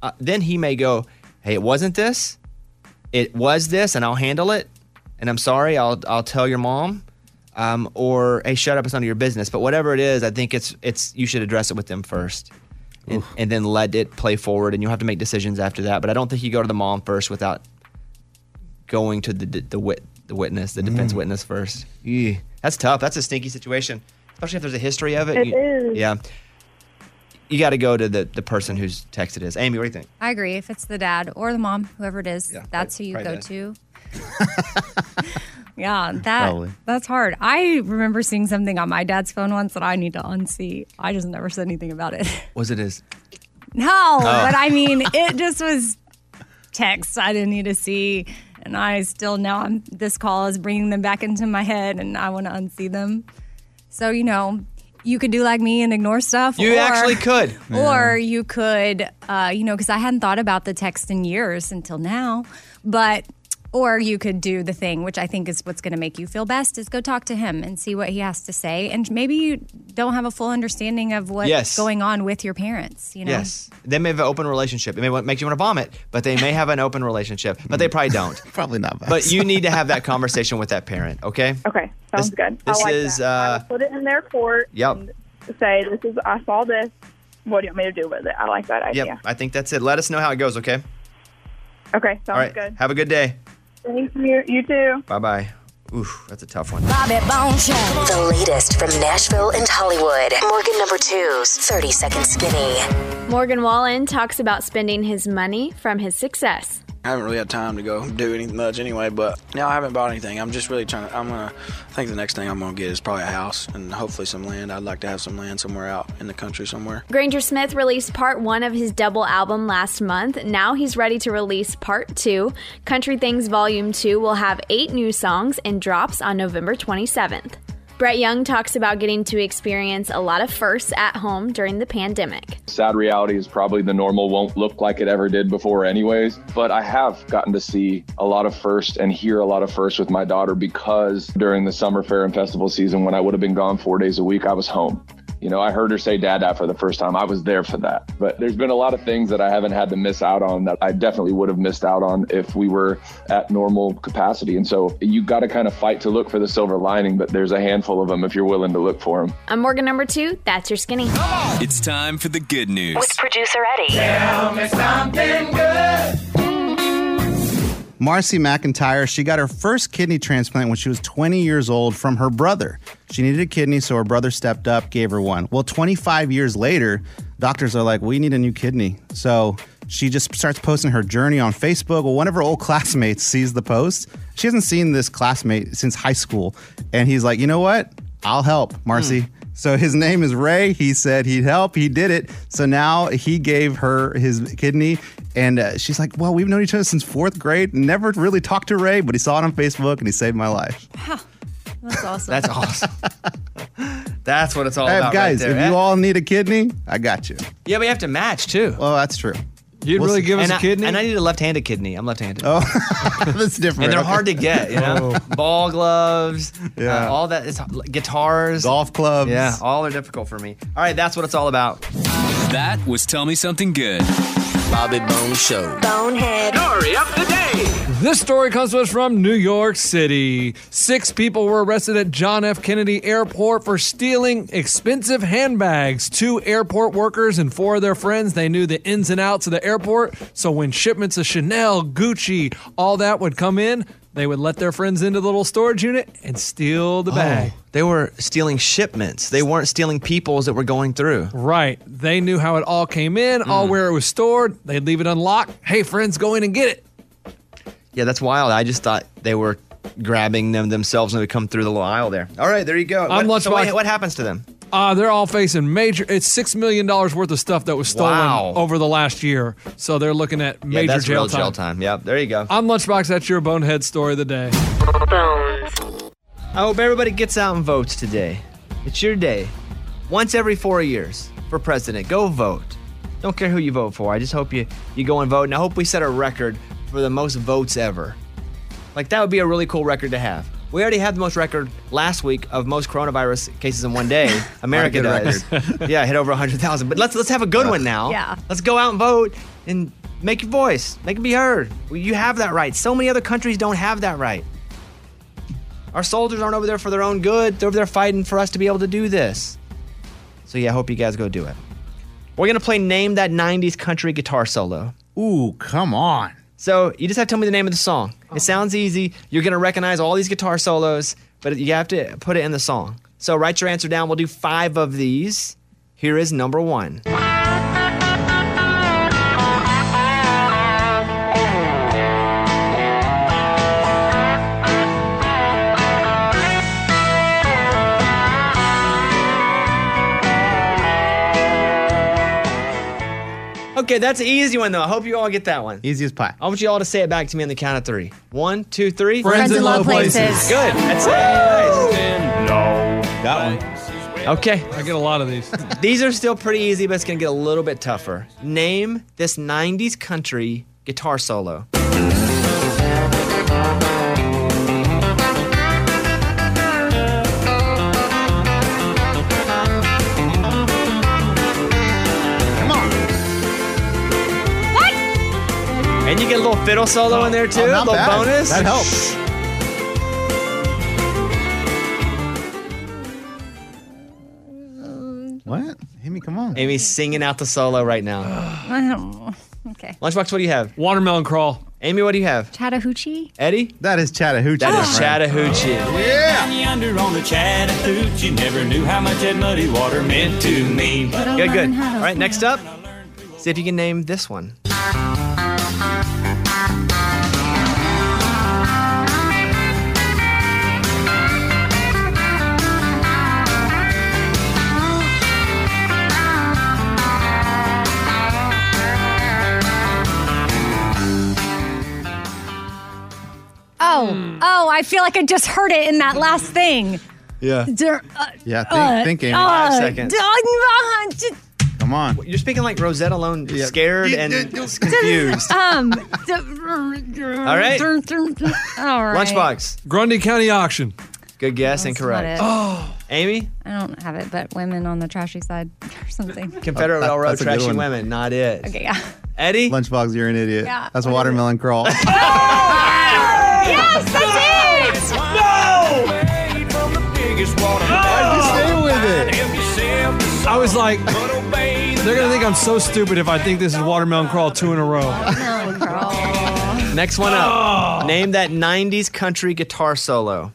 Speaker 2: uh, then he may go, hey, it wasn't this. It was this, and I'll handle it. And I'm sorry, I'll, I'll tell your mom. Um, or hey, shut up! It's none of your business. But whatever it is, I think it's it's you should address it with them first and, and then let it play forward and you'll have to make decisions after that but i don't think you go to the mom first without going to the the, the, wit, the witness the defense
Speaker 11: Mm.
Speaker 2: witness first Eeh, that's tough that's a stinky situation especially if there's a history of it,
Speaker 5: It
Speaker 2: You-
Speaker 5: is.
Speaker 2: yeah you got to go to the, the person whose text it is amy what do you think
Speaker 5: I agree. If it's the dad or the mom, whoever it is, that's who you
Speaker 2: probably
Speaker 5: go
Speaker 2: dad. <laughs>
Speaker 5: to. yeah, that
Speaker 2: Probably.
Speaker 5: that's hard. I remember seeing something on my dad's phone once that I need to unsee. I just never said anything about it. <laughs>
Speaker 2: was it his
Speaker 5: no,
Speaker 2: Oh.
Speaker 5: but I mean, it just was text I didn't need to see, and I still now I'm this call is bringing them back into my head, and I want to unsee them. So you know, you could do like me and ignore stuff.
Speaker 2: you
Speaker 5: or-
Speaker 2: actually could
Speaker 5: <laughs> or you could, uh, you know, because I hadn't thought about the text in years until now, but. Or you could do the thing, which I think is what's going to make you feel best, is go talk to him and see what he has to say, and maybe you don't have a full understanding of what's
Speaker 2: Yes.
Speaker 5: going on with your parents. You know,
Speaker 2: Yes, they may have an open relationship. It may wa- make you want to vomit, but they may have an open relationship. But they probably don't.
Speaker 3: <laughs> probably not.
Speaker 2: But you need to have that conversation with that parent. Okay.
Speaker 10: <laughs> Okay, sounds good. I
Speaker 2: This
Speaker 10: like
Speaker 2: is
Speaker 10: that.
Speaker 2: uh,
Speaker 10: Put it in their court.
Speaker 2: Yep.
Speaker 10: and Say this is I saw this. What do you want me to do with it? I like that idea.
Speaker 2: Yep, I think that's it. Let us know how it goes, okay?
Speaker 10: Okay, sounds
Speaker 2: All right.
Speaker 10: good.
Speaker 2: Have a good day.
Speaker 10: Thank you. You too.
Speaker 2: Bye bye. Oof, that's a tough one.
Speaker 12: Bobby Bones Show. The latest from Nashville and Hollywood. Morgan number two's 30 Second Skinny.
Speaker 13: Morgan Wallen talks about spending his money from his success.
Speaker 14: I haven't really had time to go do any much anyway, but now I haven't bought anything. I'm just really trying to, I'm gonna, I think the next thing I'm gonna get is probably a house and hopefully some land. I'd like to have some land somewhere out in the country somewhere.
Speaker 13: Granger Smith released part one of his double album last month. Now he's ready to release part two. Country Things Volume 2 will have eight new songs and drops on November 27th. Brett Young talks about getting to experience a lot of firsts at home during the pandemic.
Speaker 15: Sad reality is probably the normal won't look like it ever did before, anyways. But I have gotten to see a lot of first and hear a lot of first with my daughter because during the summer fair and festival season, when I would have been gone four days a week, I was home. You know, I heard her say dada for the first time. I was there for that. But there's been a lot of things that I haven't had to miss out on that I definitely would have missed out on if we were at normal capacity. And so you got to kind of fight to look for the silver lining, but there's a handful of them if you're willing to look for them.
Speaker 13: I'm Morgan number two. That's your skinny.
Speaker 16: It's time for the good news.
Speaker 12: With producer Eddie.
Speaker 13: Tell me something
Speaker 12: good.
Speaker 3: Marcy McIntyre, she got her first kidney transplant when she was 20 years old from her brother. She needed a kidney, so her brother stepped up, gave her one. Well, 25 years later, doctors are like, we need a new kidney. So she just starts posting her journey on Facebook. Well, one of her old classmates sees the post. She hasn't seen this classmate since high school. And he's like, you know what? I'll help, Marcy.
Speaker 2: Hmm.
Speaker 3: So his name is Ray. He said he'd help. He did it. So now he gave her his kidney. And uh, she's like, well, we've known each other since fourth grade. Never really talked to Ray, but he saw it on Facebook and he saved my life.
Speaker 5: that's awesome.
Speaker 2: That's awesome. That's what it's all
Speaker 3: Hey,
Speaker 2: about.
Speaker 3: guys,
Speaker 2: right there.
Speaker 3: if you all need a kidney, I got you.
Speaker 2: yeah, but you have to match too.
Speaker 3: Oh, that's true.
Speaker 2: You'd
Speaker 3: really give us
Speaker 2: and
Speaker 3: a
Speaker 2: I-
Speaker 3: kidney?
Speaker 2: and I need a left-handed kidney. I'm left-handed.
Speaker 3: Oh, <laughs> that's different.
Speaker 2: and they're
Speaker 3: Okay.
Speaker 2: hard to get. You know, ball gloves,
Speaker 3: Yeah.
Speaker 2: uh, all that. It's, guitars,
Speaker 3: golf clubs.
Speaker 2: Yeah, all are difficult for me. All right, that's what it's all about.
Speaker 16: That was Tell Me Something Good. Bobby Bone Show.
Speaker 12: Bonehead.
Speaker 8: Story of the day.
Speaker 6: This story comes to us from New York City. Six people were arrested at John F. Kennedy Airport for stealing expensive handbags. Two airport workers and four of their friends, they knew the ins and outs of the airport. So when shipments of Chanel, Gucci, all that would come in, they would let their friends into the little storage unit and steal the bag.
Speaker 2: Oh, they were stealing shipments. They weren't stealing peoples that were going through. Mm.
Speaker 6: Right. They knew how it all came in, all where it was stored. They'd leave it unlocked. Hey, friends, go in and get it.
Speaker 2: Yeah, that's wild. I just thought they were grabbing them themselves and they would come through the little aisle there. All right, there you go.
Speaker 6: I'm
Speaker 2: what, so
Speaker 6: Lunchbox.
Speaker 2: wait, what happens to them?
Speaker 6: Uh, they're all facing major. It's six million dollars worth of stuff that was stolen
Speaker 2: Wow.
Speaker 6: over the last year. So they're looking at major
Speaker 2: yeah, that's
Speaker 6: jail,
Speaker 2: real
Speaker 6: time.
Speaker 2: jail time. Yep, there you go.
Speaker 6: I'm Lunchbox. That's your bonehead story of the day.
Speaker 2: I hope everybody gets out and votes today. It's your day. Once every four years for president. Go vote. Don't care who you vote for. I just hope you, you go and vote. And I hope we set a record for the most votes ever. Like that would be a really cool record to have. We already had the most record last week of most coronavirus cases in one day. America
Speaker 3: Not a
Speaker 2: does.
Speaker 3: good
Speaker 2: yeah, hit over 100,000. But let's let's have a good one now.
Speaker 5: Yeah.
Speaker 2: Let's go out and vote and make your voice, make it be heard. Well, You have that right. So many other countries don't have that right. Our soldiers aren't over there for their own good. They're over there fighting for us to be able to do this. So yeah, I hope you guys go do it. We're gonna play Name That 90s Country Guitar Solo.
Speaker 3: Ooh, come on.
Speaker 2: So you just have to tell me the name of the song. It sounds easy. You're gonna recognize all these guitar solos, but you have to put it in the song. So write your answer down. We'll do five of these. Here is number one. Okay, that's an easy one though. I hope you all get that one.
Speaker 3: Easy as pie.
Speaker 2: I want you all to say it back to me on the count of three. One, two, three.
Speaker 3: Friends Friends in in low low places. places.
Speaker 2: Good. That's it. Nice.
Speaker 3: That
Speaker 2: one. Okay.
Speaker 6: I get a lot of these.
Speaker 2: <laughs> these are still pretty easy, but it's gonna get a little bit tougher. Name this '90s country guitar solo.
Speaker 3: Come on.
Speaker 2: And you get a little fiddle solo in there too,
Speaker 3: Oh,
Speaker 2: a
Speaker 3: not
Speaker 2: little
Speaker 3: bad.
Speaker 2: bonus.
Speaker 3: That helps. What? Amy, come on.
Speaker 2: Amy's singing out the solo right
Speaker 6: <sighs>
Speaker 2: now.
Speaker 5: I don't know. Okay.
Speaker 2: Lunchbox, what do you have? Watermelon crawl. Amy, what do you have?
Speaker 5: Chattahoochee?
Speaker 2: Eddie?
Speaker 3: That is Chattahoochee.
Speaker 2: That is Chattahoochee.
Speaker 3: Yeah.
Speaker 9: Yonder on the Chattahoochee, never knew how much that muddy water meant to me.
Speaker 2: Good, good. All right, next up, see if you can name this one.
Speaker 5: Oh,
Speaker 2: Hmm.
Speaker 5: oh, I feel like I just heard it in that last thing.
Speaker 2: Yeah.
Speaker 5: Dur- uh,
Speaker 3: Yeah,
Speaker 5: uh,
Speaker 3: think, think, Amy.
Speaker 5: uh, dun-
Speaker 2: seconds.
Speaker 5: uh, d-
Speaker 3: Come on.
Speaker 2: You're speaking like Rosetta Lone, scared and
Speaker 5: <laughs>
Speaker 2: confused.
Speaker 5: Um,
Speaker 3: <laughs>
Speaker 5: d-
Speaker 2: All right.
Speaker 5: All right.
Speaker 2: Lunchbox. Grundy County Auction. Good guess,
Speaker 5: not
Speaker 2: incorrect.
Speaker 5: it. Oh.
Speaker 2: <gasps> Amy?
Speaker 5: I don't have it, but women on the trashy side or
Speaker 2: <laughs>
Speaker 5: something.
Speaker 2: <laughs> Confederate
Speaker 3: that-
Speaker 2: Railroad
Speaker 3: that's a good
Speaker 2: Trashy
Speaker 3: one.
Speaker 2: Women, not it.
Speaker 5: Okay, yeah.
Speaker 2: Eddie?
Speaker 3: Lunchbox, you're an idiot.
Speaker 5: Yeah.
Speaker 3: That's a watermelon crawl.
Speaker 2: <laughs>
Speaker 5: Yes, that's it!
Speaker 6: I was like, they're gonna think I'm so stupid if I think this is watermelon crawl two in a row.
Speaker 5: Oh,
Speaker 2: Next one up. Name that 90s country guitar solo.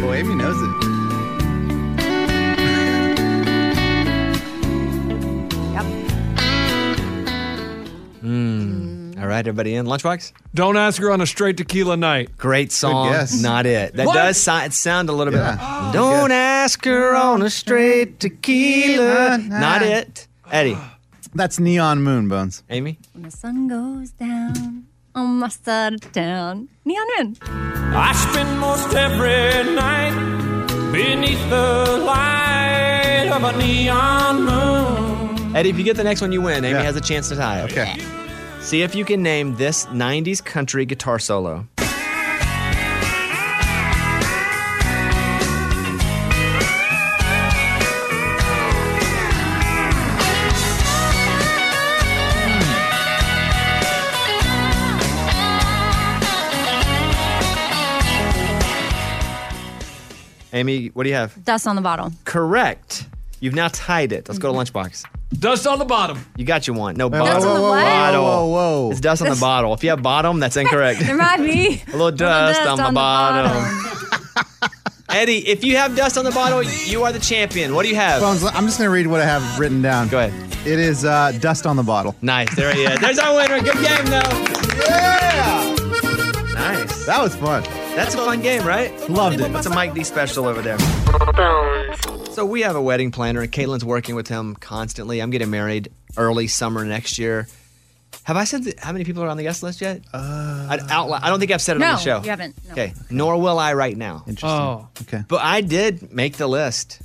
Speaker 3: Boy, Amy knows it.
Speaker 2: Mm. All right, everybody in. Lunchbox?
Speaker 6: Don't ask her on a straight tequila night.
Speaker 2: Great song.
Speaker 6: guess.
Speaker 2: Not it. That
Speaker 6: What?
Speaker 2: does si- it sound a little bit. Don't ask her on a straight tequila. Not it. Eddie.
Speaker 3: That's Neon Moon, Bones.
Speaker 2: Amy?
Speaker 5: When the sun goes down on my side of town. Neon Moon.
Speaker 9: I spend most every night beneath the light of a neon moon.
Speaker 2: Eddie, if you get the next one, you win. Amy has a chance to tie. Okay. See if you can name this 90s country guitar solo. Amy, what do you have?
Speaker 5: Dust on the bottle.
Speaker 2: Correct. You've now tied it. Let's go to lunchbox.
Speaker 6: Dust on the bottom.
Speaker 2: You got your one. No
Speaker 5: Wait, wait,
Speaker 2: bottle.
Speaker 5: Mm-hmm. whoa, whoa, whoa,
Speaker 2: bottle.
Speaker 5: whoa,
Speaker 2: It's dust on the bottle. If you have bottom,
Speaker 5: <laughs>
Speaker 2: that's incorrect.
Speaker 5: There might be.
Speaker 2: A little dust,
Speaker 5: dust
Speaker 2: on, the
Speaker 5: on the
Speaker 2: bottom. <laughs> Eddie, if you have dust on the bottle, you are the champion. What do you have?
Speaker 3: Bones, I'm just going to read what I have written down. Go
Speaker 2: ahead.
Speaker 3: It is uh, Dust on the Bottle.
Speaker 2: Nice. There he is. There's our winner. Good game, though.
Speaker 3: Yeah.
Speaker 2: Nice.
Speaker 3: That was fun.
Speaker 2: That's a fun game, right?
Speaker 3: Loved it.
Speaker 2: That's a Mike D special over there. So we have a wedding planner, and Caitlin's working with him constantly. I'm getting married early summer next year. Have I said th- how many people are on the guest list yet? Uh, I, outli- I don't think I've said it on
Speaker 5: No,
Speaker 2: the show.
Speaker 5: you haven't. No.
Speaker 2: Okay, nor will I right now.
Speaker 3: Interesting.
Speaker 6: Oh.
Speaker 3: Okay.
Speaker 2: But I did make the list.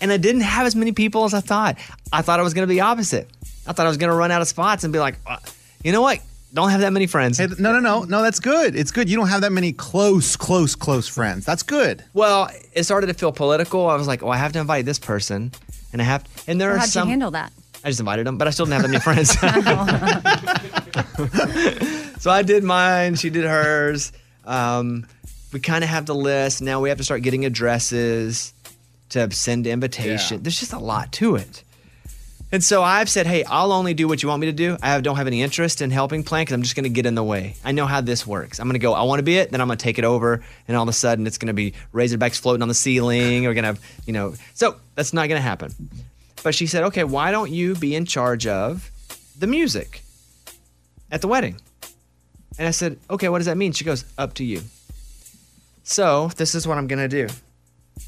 Speaker 2: and I didn't have as many people as I thought. I thought I was going to be opposite. I thought I was going to run out of spots and be like, "Uh, you know what? Don't have that many friends.
Speaker 3: Hey, no, no, no, no. That's good. It's good. You don't have that many <laughs> close, close, close friends. That's good.
Speaker 2: Well, it started to feel political. I was like, well, I have to invite this person, and I have, and there
Speaker 5: How'd
Speaker 2: are
Speaker 5: you
Speaker 2: some.
Speaker 5: handle that?
Speaker 2: I just invited them, but I still didn't have that many friends. <laughs> so I did mine. She did hers. Um, we kind of have the list now. We have to start getting addresses to send invitation. There's just a lot to it. And so I've said, hey, I'll only do what you want me to do. I have- don't have any interest in helping plan because I'm just going to get in the way. I know how this works. I'm going to go, I want to be it, then I'm going to take it over. And all of a sudden, it's going to be Razorbacks floating on the ceiling. We're going to have, you know, so that's not going to happen. But she said, okay, why don't you be in charge of the music at the wedding? And I said, okay, what does that mean? She goes, up to you. So this is what I'm going to do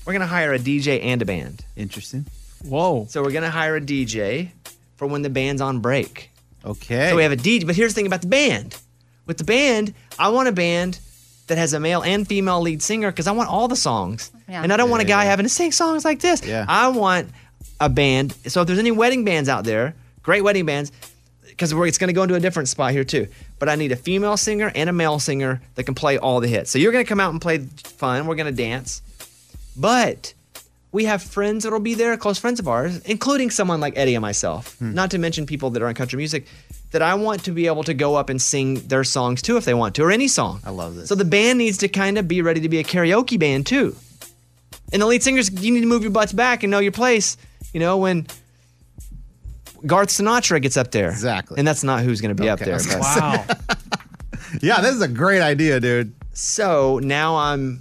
Speaker 2: we're going to hire a DJ and a band.
Speaker 3: Interesting.
Speaker 2: Whoa. So we're going to hire a DJ for when the band's on break.
Speaker 3: Okay.
Speaker 2: So we have a DJ. But here's the thing about the band. With the band, I want a band that has a male and female lead singer because I want all the songs.
Speaker 11: Yeah.
Speaker 2: And I don't want a
Speaker 11: Yeah,
Speaker 2: guy having to sing songs like this. I want a band. So if there's any wedding bands out there, great wedding bands, because it's going to go into a different spot here too. But I need a female singer and a male singer that can play all the hits. So you're going to come out and play fun. We're going to dance. But we have friends that'll be there, close friends of ours, including someone like Eddie and myself, not to mention people that are in country music that I want to be able to go up and sing their songs too if they want to, or any song. I love this. So the band needs to kind of be ready to be a karaoke band too. And the lead singers, you need to move your butts back and know your place, you know, when Garth Sinatra gets up there. Exactly. And that's not who's going to be up there. but- <laughs>
Speaker 3: yeah, this is a great idea, dude.
Speaker 2: So now I'm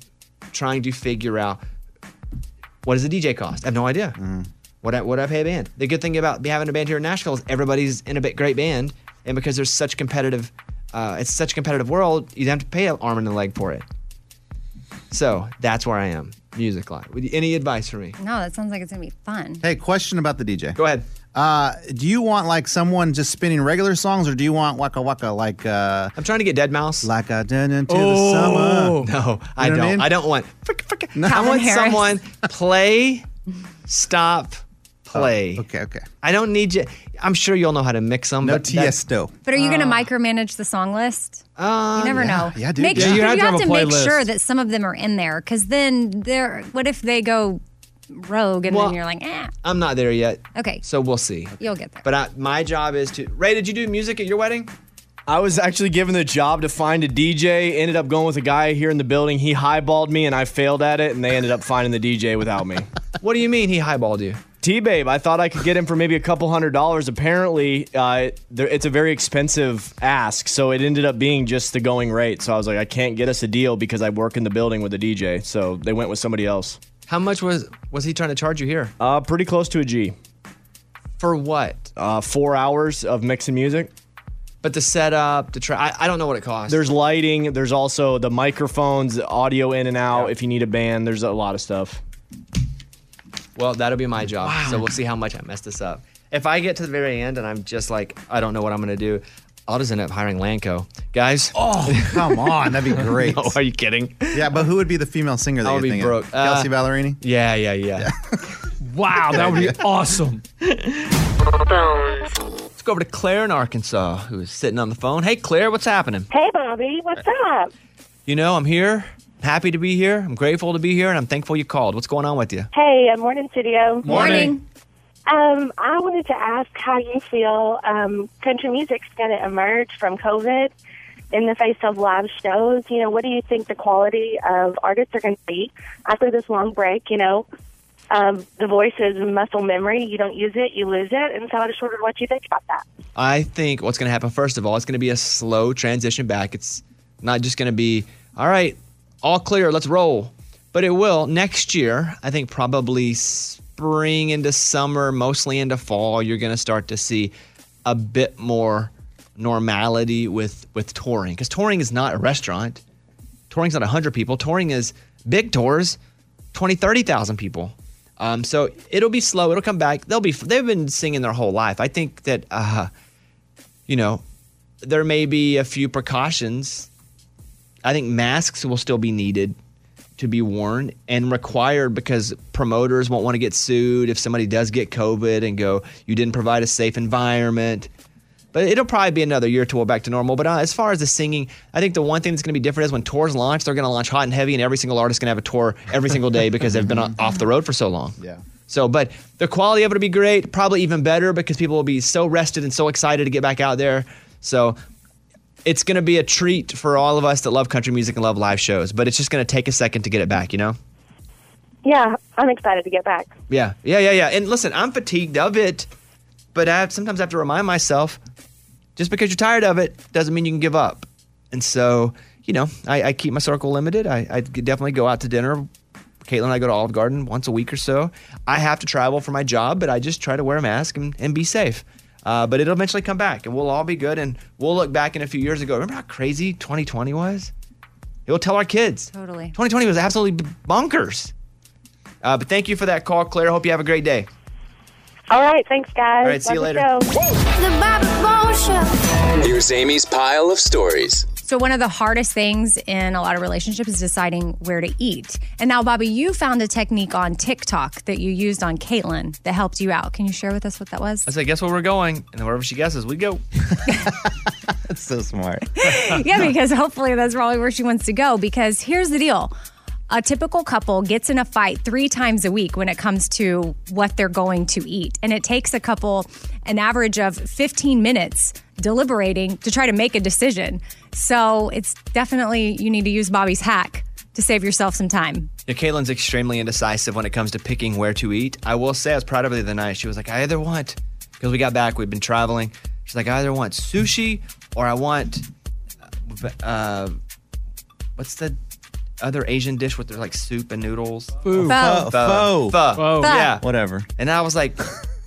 Speaker 2: trying to figure out what does a DJ cost? I have no idea. What I, what I pay a band. The good thing about having a band here in Nashville is everybody's in a bit great band, and because there's such competitive, uh, it's such a competitive world, you don't have to pay an arm and a leg for it. So that's where I am, music line. Would you- Any advice for me?
Speaker 5: No, that sounds like it's gonna be fun.
Speaker 3: Hey, question about the DJ.
Speaker 2: Go ahead.
Speaker 3: Uh, do you want like someone just spinning regular songs, or do you want waka waka like? Uh,
Speaker 2: I'm trying to get Dead Mouse.
Speaker 3: Like I done into
Speaker 2: Oh.
Speaker 3: the summer.
Speaker 2: No, I don't. I don't want. I
Speaker 3: Calvin
Speaker 2: want
Speaker 3: Harris.
Speaker 2: someone play, stop, play.
Speaker 3: okay, okay.
Speaker 2: I don't need you. I'm sure you'll know how to mix them.
Speaker 3: No
Speaker 2: but that-
Speaker 3: Tiesto.
Speaker 5: But are you gonna micromanage the song list?
Speaker 2: Uh,
Speaker 5: you never
Speaker 2: yeah.
Speaker 5: know.
Speaker 2: Um, Yeah, dude.
Speaker 5: Make
Speaker 2: Yeah,
Speaker 5: sure
Speaker 2: you
Speaker 5: you
Speaker 2: have
Speaker 5: have
Speaker 2: to
Speaker 5: to,
Speaker 2: have a
Speaker 5: make
Speaker 2: playlist.
Speaker 5: sure that some of them are in there, because then they're. What if they go rogue and
Speaker 2: Well-
Speaker 5: then you're like, ah,
Speaker 2: I'm not there yet.
Speaker 5: okay,
Speaker 2: So we'll see.
Speaker 5: you'll get there.
Speaker 2: But I, my job is to. Ray, did you do music at your wedding?
Speaker 11: I was actually given the job to find a DJ. Ended up going with a guy here in the building. He highballed me, and I failed at it. And they ended up finding the DJ without me.
Speaker 2: <laughs> What do you mean he highballed you?
Speaker 11: T Babe, I thought I could get him for maybe a couple hundred dollars. Apparently, uh, there, it's a very expensive ask, so it ended up being just the going rate. So I was like, I can't get us a deal because I work in the building with a DJ. So they went with somebody else.
Speaker 2: How much was was he trying to charge you here?
Speaker 11: Uh, pretty close to a G.
Speaker 2: For what?
Speaker 11: Uh, four hours of mixing music.
Speaker 2: But the setup, the track, I, I don't know what it costs.
Speaker 11: There's lighting. There's also the microphones, the audio in and out. If you need a band, there's a lot of stuff.
Speaker 2: Well, that'll be my job. So we'll see how much I mess this up. If I get to the very end and I'm just like, I don't know what I'm going to do, I'll just end up hiring Lanco. Guys.
Speaker 3: Oh, come on,
Speaker 2: <laughs>
Speaker 3: that'd be great.
Speaker 2: No, are you kidding?
Speaker 3: Yeah, but who would be the female singer that
Speaker 2: I
Speaker 3: you're
Speaker 2: would be
Speaker 3: thinking?
Speaker 2: broke. Uh,
Speaker 3: Kelsey Ballerini.
Speaker 2: Yeah, yeah, yeah.
Speaker 6: Wow, that would be awesome.
Speaker 2: Let's go over to Claire in Arkansas, who is sitting on the phone. Hey, Claire, what's happening?
Speaker 17: Hey, Bobby, what's up?
Speaker 2: You know, I'm here. I'm happy to be here. I'm grateful to be here, and I'm thankful you called. What's going on with you?
Speaker 17: Hey, uh, morning, studio.
Speaker 2: Morning.
Speaker 17: Um, I wanted to ask how you feel um, country music's going to emerge from COVID in the face of live shows. You know, what do you think the quality of artists are going to be after this long break? You know, um, the voice is muscle memory. You don't use it, you lose it. And so I just wondered what you think about that.
Speaker 2: I think what's going to happen, first of all, it's going to be a slow transition back. It's not just going to be, all right, all clear, let's roll. But it will next year, I think probably spring into summer, mostly into fall, you're going to start to see a bit more normality with, with touring. Because touring is not a restaurant, touring's not 100 people, touring is big tours, 20, 30,000 people. Um, so it'll be slow. It'll come back. They'll be. They've been singing their whole life. I think that uh, you know, there may be a few precautions. I think masks will still be needed. to be worn and required because promoters won't want to get sued if somebody does get COVID and go, you didn't provide a safe environment. But it'll probably be another year till we're back to normal. But uh, as far as the singing, I think the one thing that's going to be different is when tours launch, they're going to launch hot and heavy, and every single artist is going to have a tour every single day because they've been o- off the road for so long.
Speaker 3: Yeah.
Speaker 2: So, but the quality of it will be great, probably even better because people will be so rested and so excited to get back out there. So, it's going to be a treat for all of us that love country music and love live shows, but it's just going to take a second to get it back, you know?
Speaker 17: Yeah, I'm excited to get back.
Speaker 2: Yeah, yeah, yeah, yeah. And listen, I'm fatigued of it, but I sometimes have to remind myself just because you're tired of it doesn't mean you can give up. And so, you know, I, I keep my circle limited. I, I definitely go out to dinner. Caitlin and I go to Olive Garden once a week or so. I have to travel for my job, but I just try to wear a mask and, and be safe. Uh, but it'll eventually come back and we'll all be good. And we'll look back in a few years ago. Remember how crazy 2020 was? It will tell our kids.
Speaker 5: Totally.
Speaker 2: 2020 was absolutely bonkers. Uh, but thank you for that call, Claire. Hope you have a great day.
Speaker 17: All right, thanks, guys.
Speaker 2: All right, see you
Speaker 17: Love the
Speaker 2: later.
Speaker 17: show.
Speaker 16: Here's Amy's pile of stories.
Speaker 5: So, one of the hardest things in a lot of relationships is deciding where to eat. And now, Bobby, you found a technique on TikTok that you used on Caitlin that helped you out. Can you share with us what that was?
Speaker 2: I say, guess where we're going? And then wherever she guesses, we <laughs> go.
Speaker 3: That's so smart.
Speaker 5: <laughs> yeah, because hopefully that's probably where she wants to go. Because here's the deal a typical couple gets in a fight three times a week when it comes to what they're going to eat. And it takes a couple an average of 15 minutes deliberating to try to make a decision. So it's definitely, you need to use Bobby's hack to save yourself some time.
Speaker 2: <laughs> Yeah, Caitlin's extremely indecisive when it comes to picking where to eat. I will say, I was proud of her the other night. She was like, I either want, because we got back, we'd been traveling. She's like, I either want sushi or I want, uh, what's the other Asian dish with there's like soup and noodles?
Speaker 3: Pho. Pho.
Speaker 2: Pho.
Speaker 3: Pho.
Speaker 2: Pho.
Speaker 3: Pho.
Speaker 2: Yeah.
Speaker 3: Whatever.
Speaker 2: And I was like,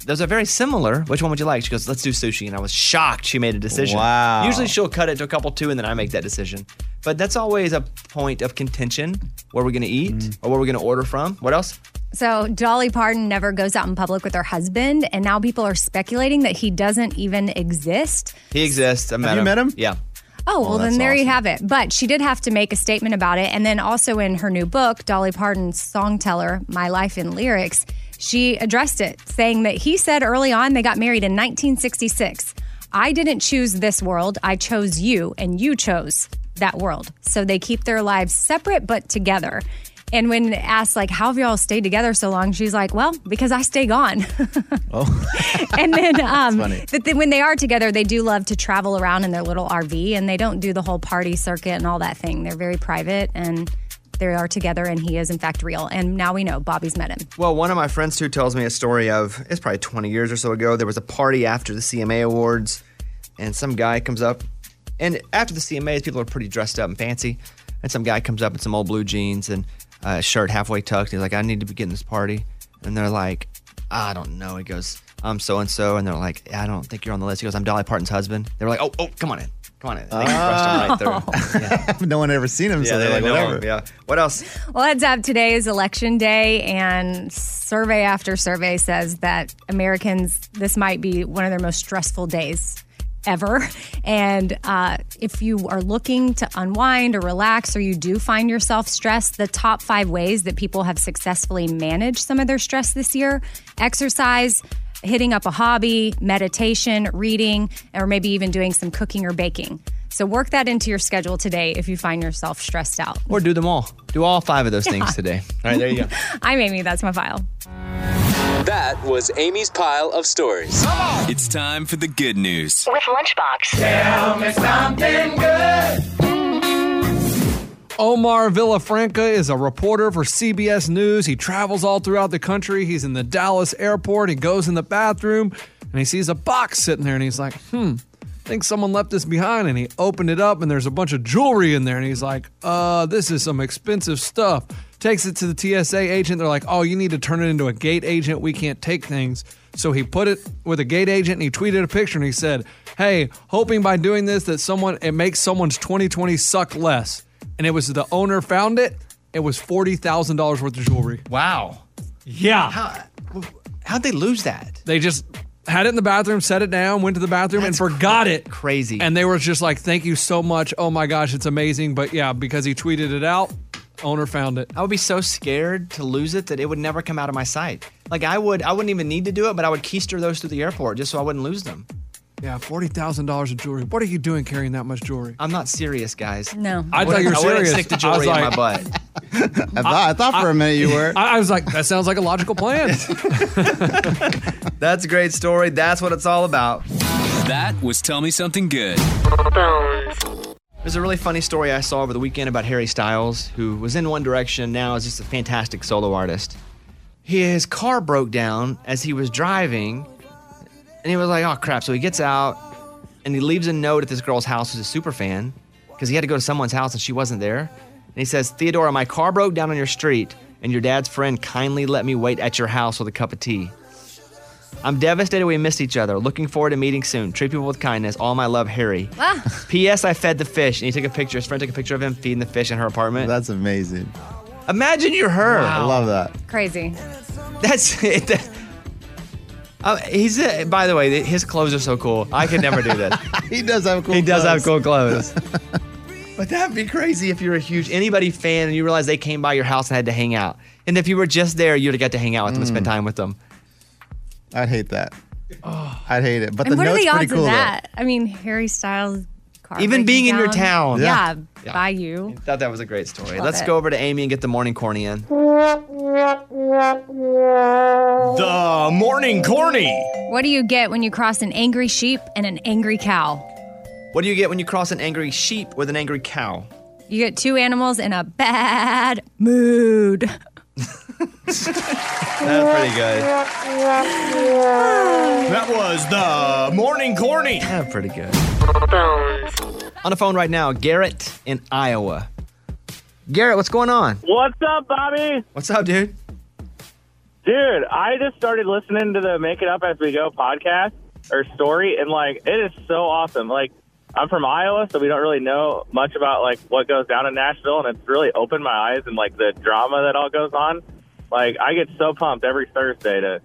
Speaker 2: those are very similar. Which one would you like? She goes, let's do sushi. And I was shocked she made a decision.
Speaker 3: Wow.
Speaker 2: Usually she'll cut it to a couple, two, and then I make that decision. But that's always a point of contention where we're going to eat
Speaker 3: Mm.
Speaker 2: or where we're going to order from. What else?
Speaker 5: So Dolly Parton never goes out in public with her husband, and now people are speculating that he doesn't even exist.
Speaker 2: He exists. I met
Speaker 3: you
Speaker 2: him.
Speaker 3: met him?
Speaker 2: Yeah.
Speaker 5: Oh, well,
Speaker 2: that's
Speaker 5: then there you have it. But she did have to make a statement about it. And then also in her new book, Dolly Parton's Songteller My Life in Lyrics, she addressed it, saying that he said early on they got married in 1966. I didn't choose this world, I chose you, and you chose that world. So they keep their lives separate but together. And when asked, like, how have y'all stayed together so long? She's like, well, because I stay gone. <laughs> and then um,
Speaker 3: funny.
Speaker 5: but then when they are together, they do love to travel around in their little RV, and they don't do the whole party circuit and all that thing. They're very private, and they are together, and he is in fact real. And now we know Bobby's met him.
Speaker 2: Well, one of my friends too tells me a story of it's probably 20 years or so ago. There was a party after the CMA Awards, and some guy comes up. And after the CMAs, people are pretty dressed up and fancy. And some guy comes up in some old blue jeans and uh, a shirt halfway tucked. He's like, I need to be getting this party. And they're like, I don't know. He goes, I'm so and so. And they're like, I don't think you're on the list. He goes, I'm Dolly Parton's husband. They were like, oh, oh, come on in. Come on in. They brushed him <laughs> right
Speaker 3: Oh.
Speaker 2: through.
Speaker 5: Oh.
Speaker 3: <laughs> no one had ever seen him, so they're like,
Speaker 2: know him.
Speaker 3: whatever.
Speaker 2: Yeah. What else?
Speaker 5: Well, heads up, today is election day, and survey after survey says that Americans, this might be one of their most stressful days ever. And uh, if you are looking to unwind or relax, or you do find yourself stressed, the top five ways that people have successfully managed some of their stress this year exercise, hitting up a hobby, meditation, reading, or maybe even doing some cooking or baking. So, work that into your schedule today if you find yourself stressed out.
Speaker 2: Or do them all. Do all five of those
Speaker 5: Yeah.
Speaker 2: things today. All right, there you go.
Speaker 5: I'm Amy. That's my file.
Speaker 16: That was Amy's pile of stories. It's time for the good news.
Speaker 12: With Lunchbox.
Speaker 16: Tell me something good.
Speaker 6: Omar Villafranca is a reporter for CBS News. He travels all throughout the country. He's in the Dallas airport. He goes in the bathroom and he sees a box sitting there and he's like, hmm, I think someone left this behind. And he opened it up and there's a bunch of jewelry in there. And he's like, uh, this is some expensive stuff. Takes it to the TSA agent. They're like, oh, you need to turn it into a gate agent. We can't take things. So he put it with a gate agent and he tweeted a picture and he said, hey, hoping by doing this that someone, it makes someone's 2020 suck less and it was the owner found it. It was forty thousand dollars worth of jewelry.
Speaker 2: Wow.
Speaker 6: Yeah.
Speaker 2: How, how'd they lose that?
Speaker 6: They just had it in the bathroom, set it down, went to the bathroom, and forgot it.
Speaker 2: Crazy.
Speaker 6: And they were just like, "Thank you so much. Oh my gosh, it's amazing." But yeah, because he tweeted it out, owner found it.
Speaker 2: I would be so scared to lose it that it would never come out of my sight. Like I would, I wouldn't even need to do it, but I would keister those through the airport just so I wouldn't lose them.
Speaker 6: Yeah, forty thousand dollars of jewelry. What are you doing carrying that much jewelry?
Speaker 2: I'm not serious, guys.
Speaker 5: No,
Speaker 6: I thought you were
Speaker 2: I wouldn't
Speaker 6: serious.
Speaker 2: stick the
Speaker 6: I was
Speaker 2: jewelry in my
Speaker 6: like-
Speaker 2: butt.
Speaker 6: <laughs>
Speaker 3: I thought, I thought for a minute you were.
Speaker 6: I, I was like, that sounds like a logical plan.
Speaker 2: That's a great story. That's what it's all about.
Speaker 16: That was Tell Me Something Good.
Speaker 2: There's a really funny story I saw over the weekend about Harry Styles, who was in One Direction, now is just a fantastic solo artist. His car broke down as he was driving, and he was like, oh crap. So he gets out and he leaves a note at this girl's house who's a super fan because he had to go to someone's house and she wasn't there. And he says, Theodora, my car broke down on your street, and your dad's friend kindly let me wait at your house with a cup of tea. I'm devastated we missed each other. Looking forward to meeting soon. Treat people with kindness. All my love, Harry. P.S. I fed the fish, and he took a picture. His friend took a picture of him feeding the fish in her apartment.
Speaker 3: That's amazing.
Speaker 2: Imagine you're her.
Speaker 3: I love that.
Speaker 5: Crazy.
Speaker 2: That's it. That- Uh, he's a, by the way, th- his clothes are so cool. I could never do that.
Speaker 3: <laughs> he does have cool.
Speaker 2: He does have cool
Speaker 3: <laughs>
Speaker 2: clothes. but that'd be crazy if you were a huge anybody fan and you realized they came by your house and had to hang out. And if you were just there, you'd have got to hang out with them and spend time with them.
Speaker 3: Mm. I'd hate that.
Speaker 2: Oh,
Speaker 3: I'd hate it. But
Speaker 5: and
Speaker 3: the
Speaker 5: what are
Speaker 3: note's
Speaker 5: the
Speaker 3: pretty
Speaker 5: odds
Speaker 3: cool.
Speaker 5: of
Speaker 3: though.
Speaker 5: that? I mean, Harry Styles. Car
Speaker 2: Even
Speaker 5: breaking
Speaker 2: being in your
Speaker 5: down.
Speaker 2: town.
Speaker 5: Yeah,
Speaker 2: Yeah.
Speaker 5: by you.
Speaker 2: Thought that was a great story.
Speaker 5: Love
Speaker 2: Let's
Speaker 5: it.
Speaker 2: go over to Amy and get the morning corny in.
Speaker 5: The
Speaker 2: morning corny.
Speaker 5: What do you get when you cross an angry sheep and an angry cow?
Speaker 2: What do you get when you cross an angry sheep with an angry cow?
Speaker 5: You get two animals in a bad mood.
Speaker 2: That's pretty good.
Speaker 9: <laughs>
Speaker 11: That was the morning corny.
Speaker 2: Yeah, <laughs> pretty good. On the phone right now, Garrett in Iowa. Garrett, what's going on?
Speaker 18: What's up, Bobby?
Speaker 2: What's up, dude?
Speaker 18: Dude, I just started listening to the Make It Up As We Go podcast or story, and like, it is so awesome. Like, I'm from Iowa, so we don't really know much about like what goes down in Nashville, and it's really opened my eyes and like the drama that all goes on. Like, I get so pumped every Thursday to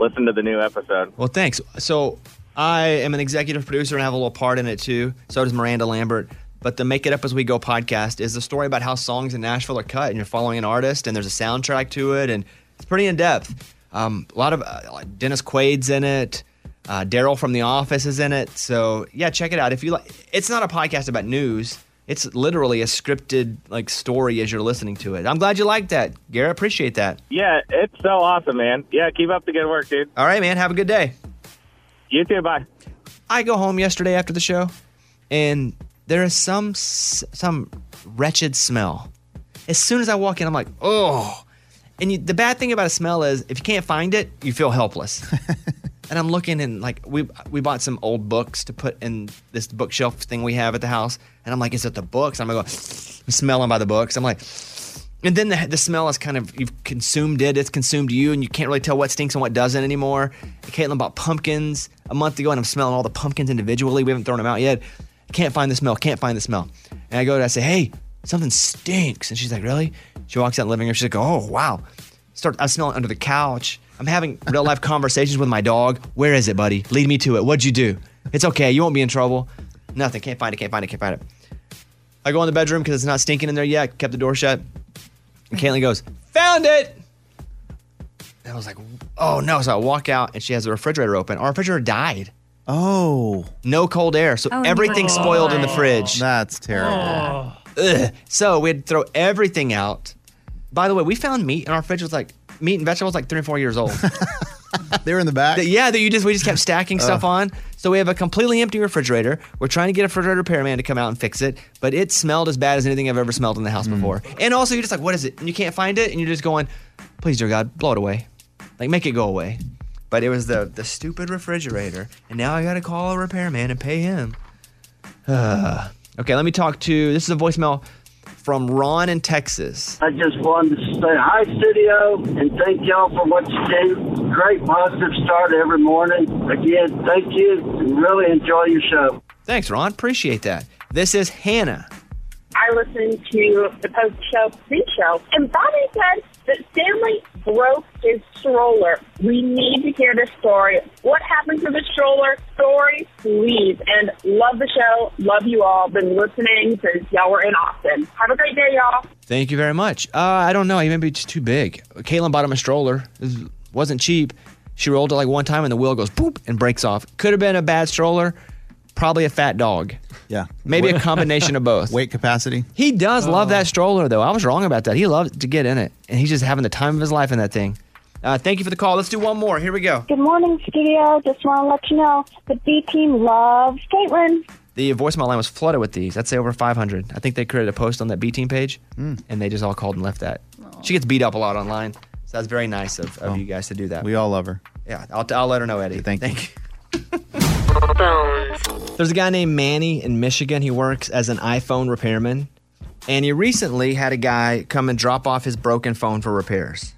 Speaker 18: listen to the new episode.
Speaker 2: Well, thanks. So I am an executive producer and have a little part in it too. So does Miranda Lambert. But the Make It Up As We Go podcast is the story about how songs in Nashville are cut, and you're following an artist, and there's a soundtrack to it, and it's pretty in depth. Um, a lot of uh, like Dennis Quaid's in it. Uh, Daryl from The Office is in it. So yeah, check it out if you like. It's not a podcast about news. It's literally a scripted like story as you're listening to it. I'm glad you liked that, Garrett. Appreciate that.
Speaker 18: Yeah, it's so awesome, man. Yeah, keep up the good work, dude.
Speaker 2: All right, man. Have a good day.
Speaker 18: You too. Bye.
Speaker 2: I go home yesterday after the show, and there is some s- some wretched smell. As soon as I walk in, I'm like, oh. And you, the bad thing about a smell is, if you can't find it, you feel helpless. and I'm looking, and like we we bought some old books to put in this bookshelf thing we have at the house, and I'm like, is it the books? I'm gonna go smelling by the books. I'm like. And then the, the smell is kind of, you've consumed it, it's consumed you, and you can't really tell what stinks and what doesn't anymore. Caitlin bought pumpkins a month ago, and I'm smelling all the pumpkins individually. We haven't thrown them out yet. Can't find the smell, can't find the smell. And I go to, I say, hey, something stinks. And she's like, really? She walks out in the living room, she's like, oh, wow. Start, I smell it under the couch. I'm having real life <laughs> conversations with my dog. Where is it, buddy? Lead me to it. What'd you do? It's okay, you won't be in trouble. Nothing, can't find it, can't find it, can't find it. I go in the bedroom because it's not stinking in there yet. Kept the door shut. And Caitlin goes, Found it. And I was like, Oh no. So I walk out and she has the refrigerator open. Our refrigerator died.
Speaker 3: Oh.
Speaker 2: No cold air. So
Speaker 3: Oh,
Speaker 2: everything
Speaker 3: no.
Speaker 2: spoiled in the fridge.
Speaker 3: That's terrible.
Speaker 2: Ugh. So we had to throw everything out. By the way, we found meat in our fridge was like meat and vegetables like three and four years
Speaker 3: <laughs>
Speaker 2: old.
Speaker 3: they were in the back.
Speaker 2: yeah, that you just we just kept stacking stuff
Speaker 3: Ugh.
Speaker 2: on. So we have a completely empty refrigerator. We're trying to get a refrigerator repairman to come out and fix it, but it smelled as bad as anything I've ever smelled in the house before. And also you're just like, what is it? And you can't find it, and you're just going, please dear God, blow it away. Like make it go away. But it was the the stupid refrigerator. And now I gotta call a repairman and pay him. <sighs> okay, let me talk to this is a voicemail from Ron in Texas.
Speaker 19: I just wanted to say hi, studio, and thank y'all for what you do. Great positive start every morning. Again, thank you, and really enjoy your show.
Speaker 2: Thanks, Ron. Appreciate that. This is Hannah.
Speaker 20: I listened to the post show pre show, and Bobby said that Stanley broke his stroller. We need to hear this story. What happened to the stroller story, please? And love the show. Love you all. Been listening since y'all were in Austin. Have a great day, y'all.
Speaker 2: Thank you very much. Uh, I don't know. He maybe it's too big. Caitlin bought him a stroller. It wasn't cheap. She rolled it like one time and the wheel goes boop and breaks off. Could have been a bad stroller. Probably a fat dog.
Speaker 3: Yeah.
Speaker 2: Maybe a combination of both.
Speaker 3: <laughs> Weight capacity.
Speaker 2: He does love that stroller, though. I was wrong about that. He loves to get in it, and he's just having the time of his life in that thing. Uh, thank you for the call. Let's do one more. Here we go.
Speaker 21: Good morning, studio. Just want to let you know the B team loves Caitlin.
Speaker 2: The voicemail line was flooded with these. I'd say over 500. I think they created a post on that B team page,
Speaker 3: Hmm.
Speaker 2: and they just all called and left that. She gets beat up a lot online, so that's very nice of, of you guys to do that.
Speaker 3: We all love her.
Speaker 2: Yeah, I'll, I'll let her know, Eddie. Thank, you. There's a guy named Manny in Michigan. He works as an iPhone repairman. And he recently had a guy come and drop off his broken phone for repairs.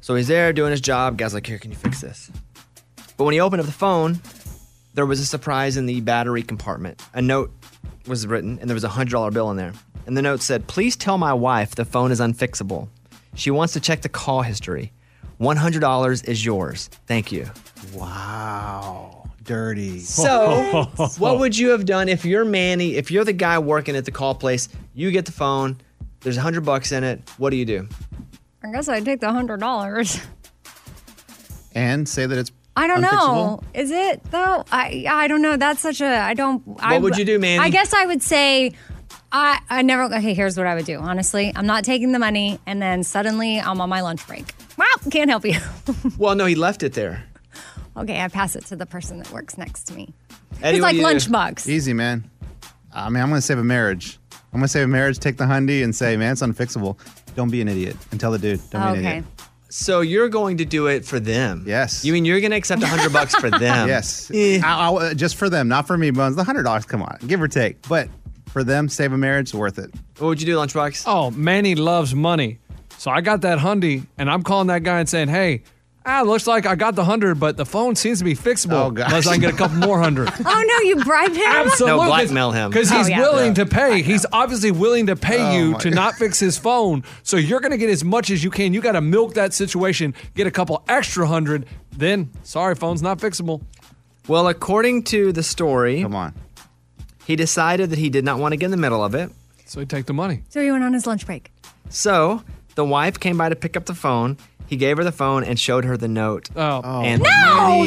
Speaker 2: So he's there doing his job. Guy's like, here, can you fix this? But when he opened up the phone, there was a surprise in the battery compartment. A note was written, and there was a $100 bill in there. And the note said, Please tell my wife the phone is unfixable. She wants to check the call history. $100 is yours. Thank you.
Speaker 3: Wow. Dirty. <laughs>
Speaker 2: So, what would you have done if you're Manny, if you're the guy working at the call place, you get the phone, there's a 100 bucks in it. What do you do?
Speaker 5: I guess I'd take the hundred dollars.
Speaker 3: and say that it's
Speaker 5: I don't know.
Speaker 3: unfixable?
Speaker 5: Is it though? I I don't know. That's such a I don't. What I,
Speaker 3: would you do, Manny?
Speaker 5: I guess I would say. I, I never okay here's what i would do honestly i'm not taking the money and then suddenly i'm on my lunch break wow <laughs> can't help you
Speaker 2: Well, no, he left it there.
Speaker 5: okay i pass it to the person that works next to me it's
Speaker 3: Eddie, what
Speaker 5: like
Speaker 3: do you
Speaker 5: lunch
Speaker 3: do?
Speaker 5: bucks
Speaker 3: Easy, man. I mean, I'm going to save a marriage. I'm going to save a marriage, take the hundy, and say, man, it's unfixable. Don't be an idiot. And tell the dude, don't be an idiot.
Speaker 2: So you're going to do it for them. Yes. You mean you're going to accept 100 bucks
Speaker 5: <laughs>
Speaker 2: for them?
Speaker 3: <laughs>
Speaker 2: Eh.
Speaker 3: Yes. I- I- just for them, not for me, Bones. The $100, come on, give or take. But for them, save a marriage, worth it.
Speaker 2: What would you do, Lunchbox?
Speaker 6: Oh, Manny loves money. So I got that hundy, and I'm calling that guy and saying, hey, ah, looks like I got the hundred, but the phone seems to be
Speaker 2: Oh,
Speaker 6: fixable. Unless I can get a couple more
Speaker 2: <laughs>
Speaker 6: hundred.
Speaker 5: oh no you bribed him
Speaker 6: Absolutely. Because he's
Speaker 5: Oh, yeah.
Speaker 6: willing to pay. He's obviously willing to pay
Speaker 5: Oh,
Speaker 6: you
Speaker 5: my
Speaker 6: to not fix his phone. So you're going to get as much as you can. You got to milk that situation, get a couple extra hundred. Then, sorry, phone's not fixable.
Speaker 2: Well, according to the story, come
Speaker 3: on.
Speaker 2: He decided that he did not want to get in the middle of it.
Speaker 6: So he take the money.
Speaker 5: so he went on his lunch break
Speaker 2: So the wife came by to pick up the phone. He gave her the phone and showed her the note.
Speaker 6: Oh,
Speaker 2: and
Speaker 5: no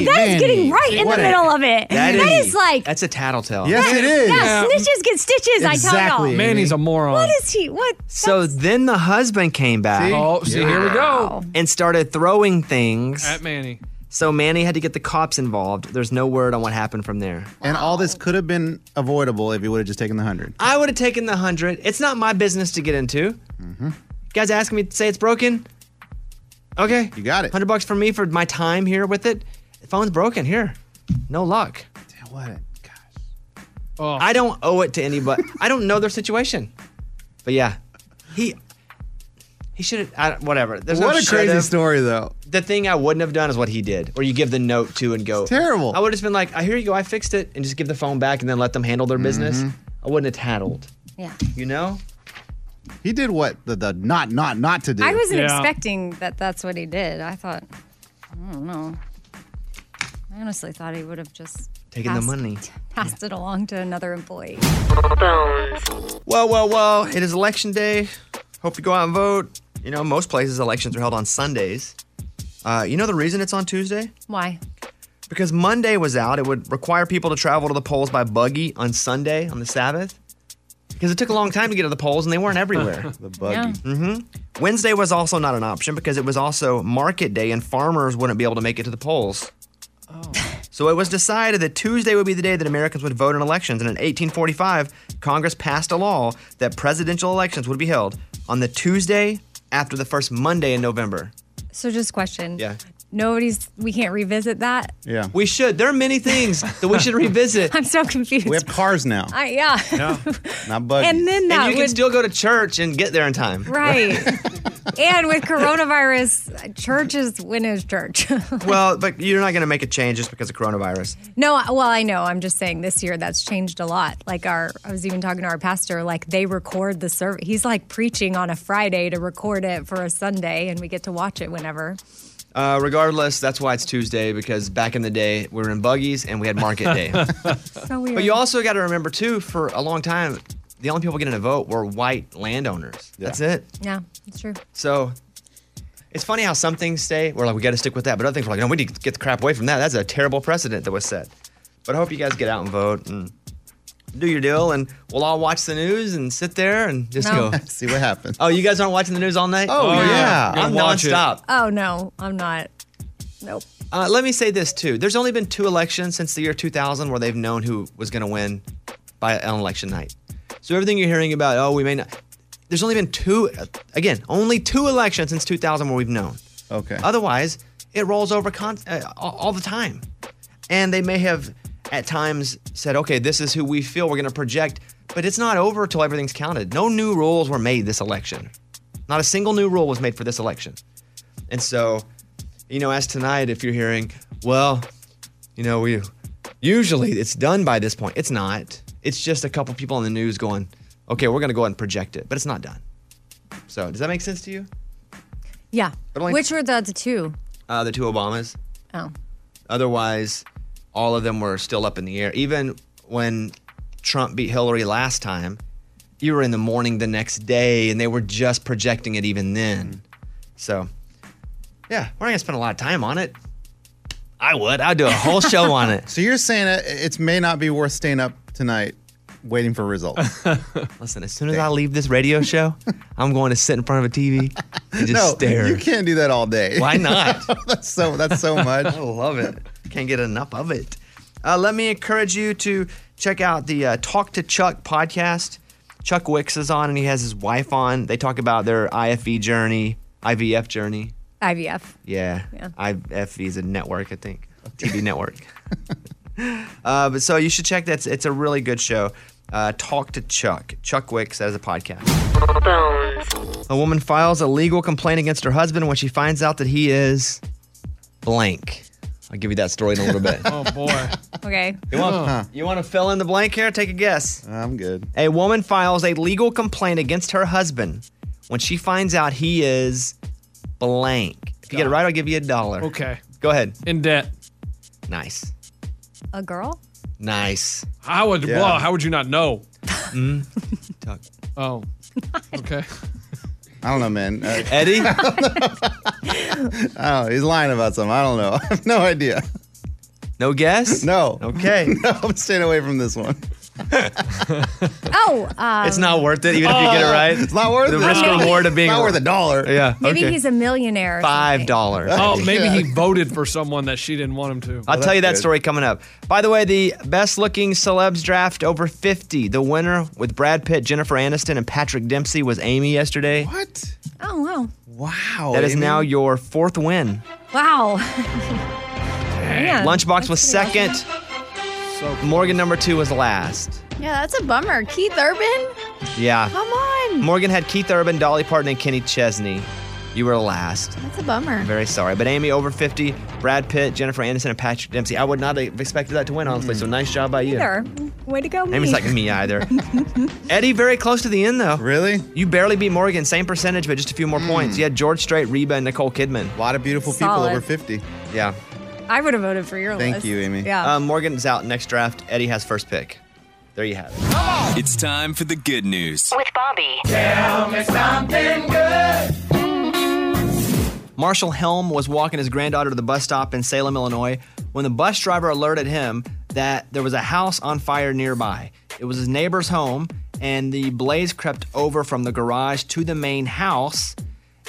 Speaker 5: that is getting right in the middle of it that is like
Speaker 2: that's a tattletale.
Speaker 5: Yeah, snitches get stitches. I tell y'all.
Speaker 6: moron.
Speaker 5: What is he? What?
Speaker 2: So then the husband came back.
Speaker 6: See? Oh, see, here we go.
Speaker 2: And started throwing things.
Speaker 6: At Manny.
Speaker 2: So Manny had to get the cops involved. There's no word on what happened from there.
Speaker 3: And all this could have been avoidable if you would have just taken the 100
Speaker 2: I would have taken the hundred. It's not my business to get into.
Speaker 3: Mm-hmm.
Speaker 2: Guys asking me to say it's broken. Okay,
Speaker 3: you got it.
Speaker 2: Hundred bucks for me for my time here with it. The phone's broken here. No luck.
Speaker 6: Oh.
Speaker 2: I don't owe it to
Speaker 3: <laughs>
Speaker 2: anybody. I don't know their situation. But yeah, he he should have whatever. There's no
Speaker 3: What a crazy
Speaker 2: should've.
Speaker 3: story, though.
Speaker 2: The thing I wouldn't have done is what he did, where you give the note to and go.
Speaker 3: terrible.
Speaker 2: I would have just been like, "I here you go. I fixed it," and just give the phone back and then let them handle their business. I wouldn't have tattled.
Speaker 5: Yeah.
Speaker 2: You know?
Speaker 3: He did what the, the not, not, not to do.
Speaker 5: I wasn't expecting that. That's what he did. I thought. I don't know. I honestly thought he would have just
Speaker 2: Taking the
Speaker 5: passed-
Speaker 2: money.
Speaker 5: passed it along to another employee.
Speaker 2: Whoa, whoa, whoa. It is election day. Hope you go out and vote. You know, most places elections are held on Sundays. Uh, you know the reason it's on Tuesday?
Speaker 5: Why?
Speaker 2: Because Monday was out. It would require people to travel to the polls by buggy on Sunday, on the Sabbath. Because it took a long time to get to the polls and they weren't <laughs>
Speaker 5: <laughs>
Speaker 2: everywhere.
Speaker 3: the
Speaker 5: buggy.
Speaker 2: Mm-hmm. Wednesday was also not an option because it was also market day and farmers wouldn't be able to make it to the polls.
Speaker 5: Oh.
Speaker 2: So it was decided that Tuesday would be the day that Americans would vote in elections. And in 1845, Congress passed a law that presidential elections would be held on the Tuesday after the first Monday in November.
Speaker 5: So just question.
Speaker 2: Yeah.
Speaker 5: Nobody's. We can't revisit that.
Speaker 3: Yeah.
Speaker 2: We should. There are many things that we should revisit.
Speaker 5: <laughs> I'm so confused.
Speaker 2: We
Speaker 3: have cars now.
Speaker 5: I, yeah. <laughs>
Speaker 3: Not
Speaker 5: buggy. And then that
Speaker 2: you can
Speaker 5: would-
Speaker 2: still go to church and get there in time.
Speaker 5: Right.
Speaker 2: <laughs>
Speaker 5: and with coronavirus, church is when is church.
Speaker 2: well, but you're not going to make a change just because of coronavirus.
Speaker 5: No, I- well, I know. I'm just saying this year that's changed a lot. Like our, I was even talking to our pastor. Like they record the service. He's like preaching on a Friday to record it for a Sunday, and we get to watch it whenever.
Speaker 2: Uh, regardless, that's why it's Tuesday because back in the day we were in buggies and we had market day.
Speaker 5: So weird.
Speaker 2: But you also got to remember too, for a long time, the only people getting to vote were white landowners. That's it.
Speaker 5: Yeah, that's true.
Speaker 2: So it's funny how some things stay. We're like, we got to stick with that, but other things we're like, no, we need to get the crap away from that. That's a terrible precedent that was set. But I hope you guys get out and vote and do your deal, and we'll all watch the news and sit there and just
Speaker 5: No.
Speaker 2: go see what happens. Oh, you guys aren't watching the news all night?
Speaker 5: Oh, yeah.
Speaker 2: I'm nonstop.
Speaker 5: Oh no, I'm not. Nope.
Speaker 2: Uh, let me say this too. There's only been two elections since the year 2000 where they've known who was going to win by on election night. So everything you're hearing about, oh, we may not. There's only been two, uh, again, only two elections since 2000 where we've known. Okay. Otherwise, it rolls over con- uh, all all the time, and they may have at times said, okay, this is who we feel we're going to project, but it's not over till everything's counted. No new rules were made this election. Not a single new rule was made for this election, and so you know, as tonight, if you're hearing, well, you know, we usually it's done by this point. It's not. It's just a couple people on the news going, okay, we're going to go ahead and project it, but it's not done. So, does that make sense to you?
Speaker 5: Yeah.
Speaker 2: But only-
Speaker 5: Which were the other two?
Speaker 2: Uh, the two Obamas.
Speaker 5: Oh.
Speaker 2: Otherwise, all of them were still up in the air. Even when Trump beat Hillary last time, you were in the morning the next day, and they were just projecting it even then. So, yeah, we're not gonna spend a lot of time on it. I would. I'd do a whole show on it.
Speaker 3: <laughs> So you're saying it, it may not be worth staying up tonight waiting for results.
Speaker 2: <laughs> Listen, as soon as I leave this radio <laughs> show, I'm going to sit in front of a TV and just
Speaker 3: no,
Speaker 2: stare.
Speaker 3: you can't do that all day. <laughs>
Speaker 2: Why not?
Speaker 3: that's so. That's so much.
Speaker 2: I love it. Can't get enough of it. Uh, let me encourage you to check out the uh, Talk to Chuck podcast. Chuck Wicks is on, and he has his wife on. They talk about their IFE journey, IVF journey.
Speaker 5: IVF. <laughs>
Speaker 2: Yeah,
Speaker 5: Yeah.
Speaker 2: IFE is a network, I think, TV
Speaker 6: <laughs>
Speaker 2: network. uh, but so you should check that. It's a really good show. Uh, Talk to Chuck. Chuck Wicks as a podcast. A woman files a legal complaint against her husband when she finds out that he is blank. I'll give you that story in a little bit.
Speaker 6: <laughs> Oh boy.
Speaker 5: Okay.
Speaker 2: You want, you want to fill in the blank here? Take a guess.
Speaker 3: Uh,
Speaker 2: I'm good. A woman files a legal complaint against her husband when she finds out he is blank. If you get it right, I'll give you a dollar.
Speaker 6: Okay.
Speaker 2: Go ahead.
Speaker 6: In debt.
Speaker 2: Nice.
Speaker 5: A girl?
Speaker 2: Nice. Hmm?
Speaker 6: How would
Speaker 2: Yeah.
Speaker 6: well, how would you not know?
Speaker 3: <laughs>
Speaker 2: Tuck.
Speaker 5: <laughs>
Speaker 6: Oh.
Speaker 2: <laughs>
Speaker 6: Okay. <laughs>
Speaker 3: I don't know, man. Uh,
Speaker 2: Eddie?
Speaker 3: <laughs> oh, he's lying about something. I don't know. <laughs> I have no idea.
Speaker 2: No guess?
Speaker 3: No.
Speaker 2: Okay.
Speaker 3: <laughs> No, I'm staying away from this one.
Speaker 5: Oh. Um,
Speaker 2: it's not worth it, even if you
Speaker 6: Uh,
Speaker 2: get it right. It's
Speaker 3: not worth
Speaker 2: the
Speaker 3: it.
Speaker 2: risk reward
Speaker 3: <laughs>
Speaker 2: of being
Speaker 3: Not worth a dollar.
Speaker 2: Yeah.
Speaker 5: Maybe
Speaker 2: okay.
Speaker 5: he's a millionaire. or
Speaker 2: five dollars.
Speaker 5: <laughs>
Speaker 6: Oh, maybe he voted for someone that she didn't want him to.
Speaker 2: I'll tell you that story coming up. By the way, the best looking celebs draft over 50. The winner with Brad Pitt, Jennifer Aniston, and Patrick Dempsey was Amy yesterday.
Speaker 3: What?
Speaker 5: something. Oh wow.
Speaker 3: Wow.
Speaker 2: That is
Speaker 5: Amy.
Speaker 2: now your fourth win.
Speaker 5: Wow. Man.
Speaker 2: Lunchbox was second. Morgan number two was last.
Speaker 13: Yeah, that's a bummer. Keith Urban?
Speaker 12: Ah.
Speaker 2: Yeah.
Speaker 13: Come on.
Speaker 2: Morgan had Keith Urban, Dolly Parton, and Kenny Chesney. You were last.
Speaker 13: That's a bummer.
Speaker 2: Very sorry. But Amy over 50, Brad Pitt, Jennifer Aniston, and Patrick Dempsey. I would not have expected that to win, honestly. So nice job by you.
Speaker 5: Either. Way to go.
Speaker 2: Amy's like me either. Eddie, very close to the end though. Really? You barely beat Morgan, same percentage, but just a few more points. You had George Strait, Reba, and Nicole Kidman. A
Speaker 3: lot of beautiful
Speaker 5: people Solid. over
Speaker 3: 50.
Speaker 2: Yeah.
Speaker 5: <laughs> I would have voted for your list. Yeah.
Speaker 2: Uh, Morgan's out next draft. Eddie has first pick. There you have it.
Speaker 16: It's time for the good news.
Speaker 12: With Bobby.
Speaker 16: Tell me something good.
Speaker 2: Marshall Helm was walking his granddaughter to the bus stop in Salem, Illinois, when the bus driver alerted him that there was a house on fire nearby. It was his neighbor's home, and the blaze crept over from the garage to the main house,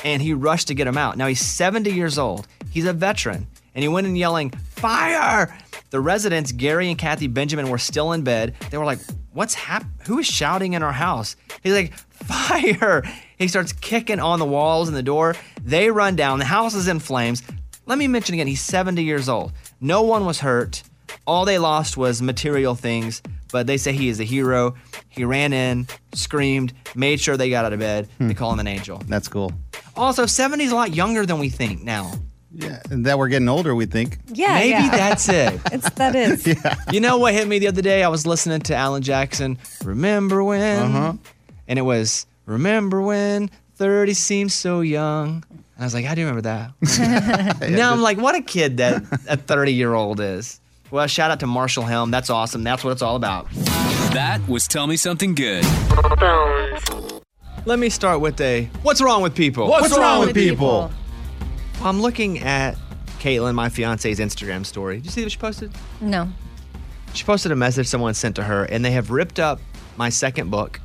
Speaker 2: and he rushed to get him out. Now he's 70 years old, he's a veteran, and he went in yelling, Fire! The residents, Gary and Kathy Benjamin, were still in bed. They were like, What's happening? Who is shouting in our house? He's like, Fire! He starts kicking on the walls and the door. They run down. The house is in flames. Let me mention again, he's 70 years old. No one was hurt. All they lost was material things, but they say he is a hero. He ran in, screamed, made sure they got out of bed. They call him an angel.
Speaker 3: Hmm. That's cool.
Speaker 2: Also, 70 is a lot younger than we think now.
Speaker 3: Yeah. And that we're getting older, we think.
Speaker 5: Yeah.
Speaker 2: Maybe
Speaker 5: yeah.
Speaker 2: that's
Speaker 5: <laughs>
Speaker 2: it.
Speaker 5: It's that is.
Speaker 2: You know what hit me the other day? I was listening to Alan Jackson, Remember When? Uh-huh. And it was, Remember When 30 Seems So Young. And <laughs> I was like, I do remember that. now I'm like, what a kid that a 30 year old is. Well, shout out to Marshall Helm. That's awesome. That's what it's all about.
Speaker 16: That was Tell Me Something Good.
Speaker 2: Let me start with a what's wrong with people?
Speaker 16: What's What's wrong wrong with with people?
Speaker 2: I'm looking at Caitlin, my fiance's Instagram story. Did you see what she posted?
Speaker 5: No.
Speaker 2: She posted a message someone sent to her, and they have ripped up my second book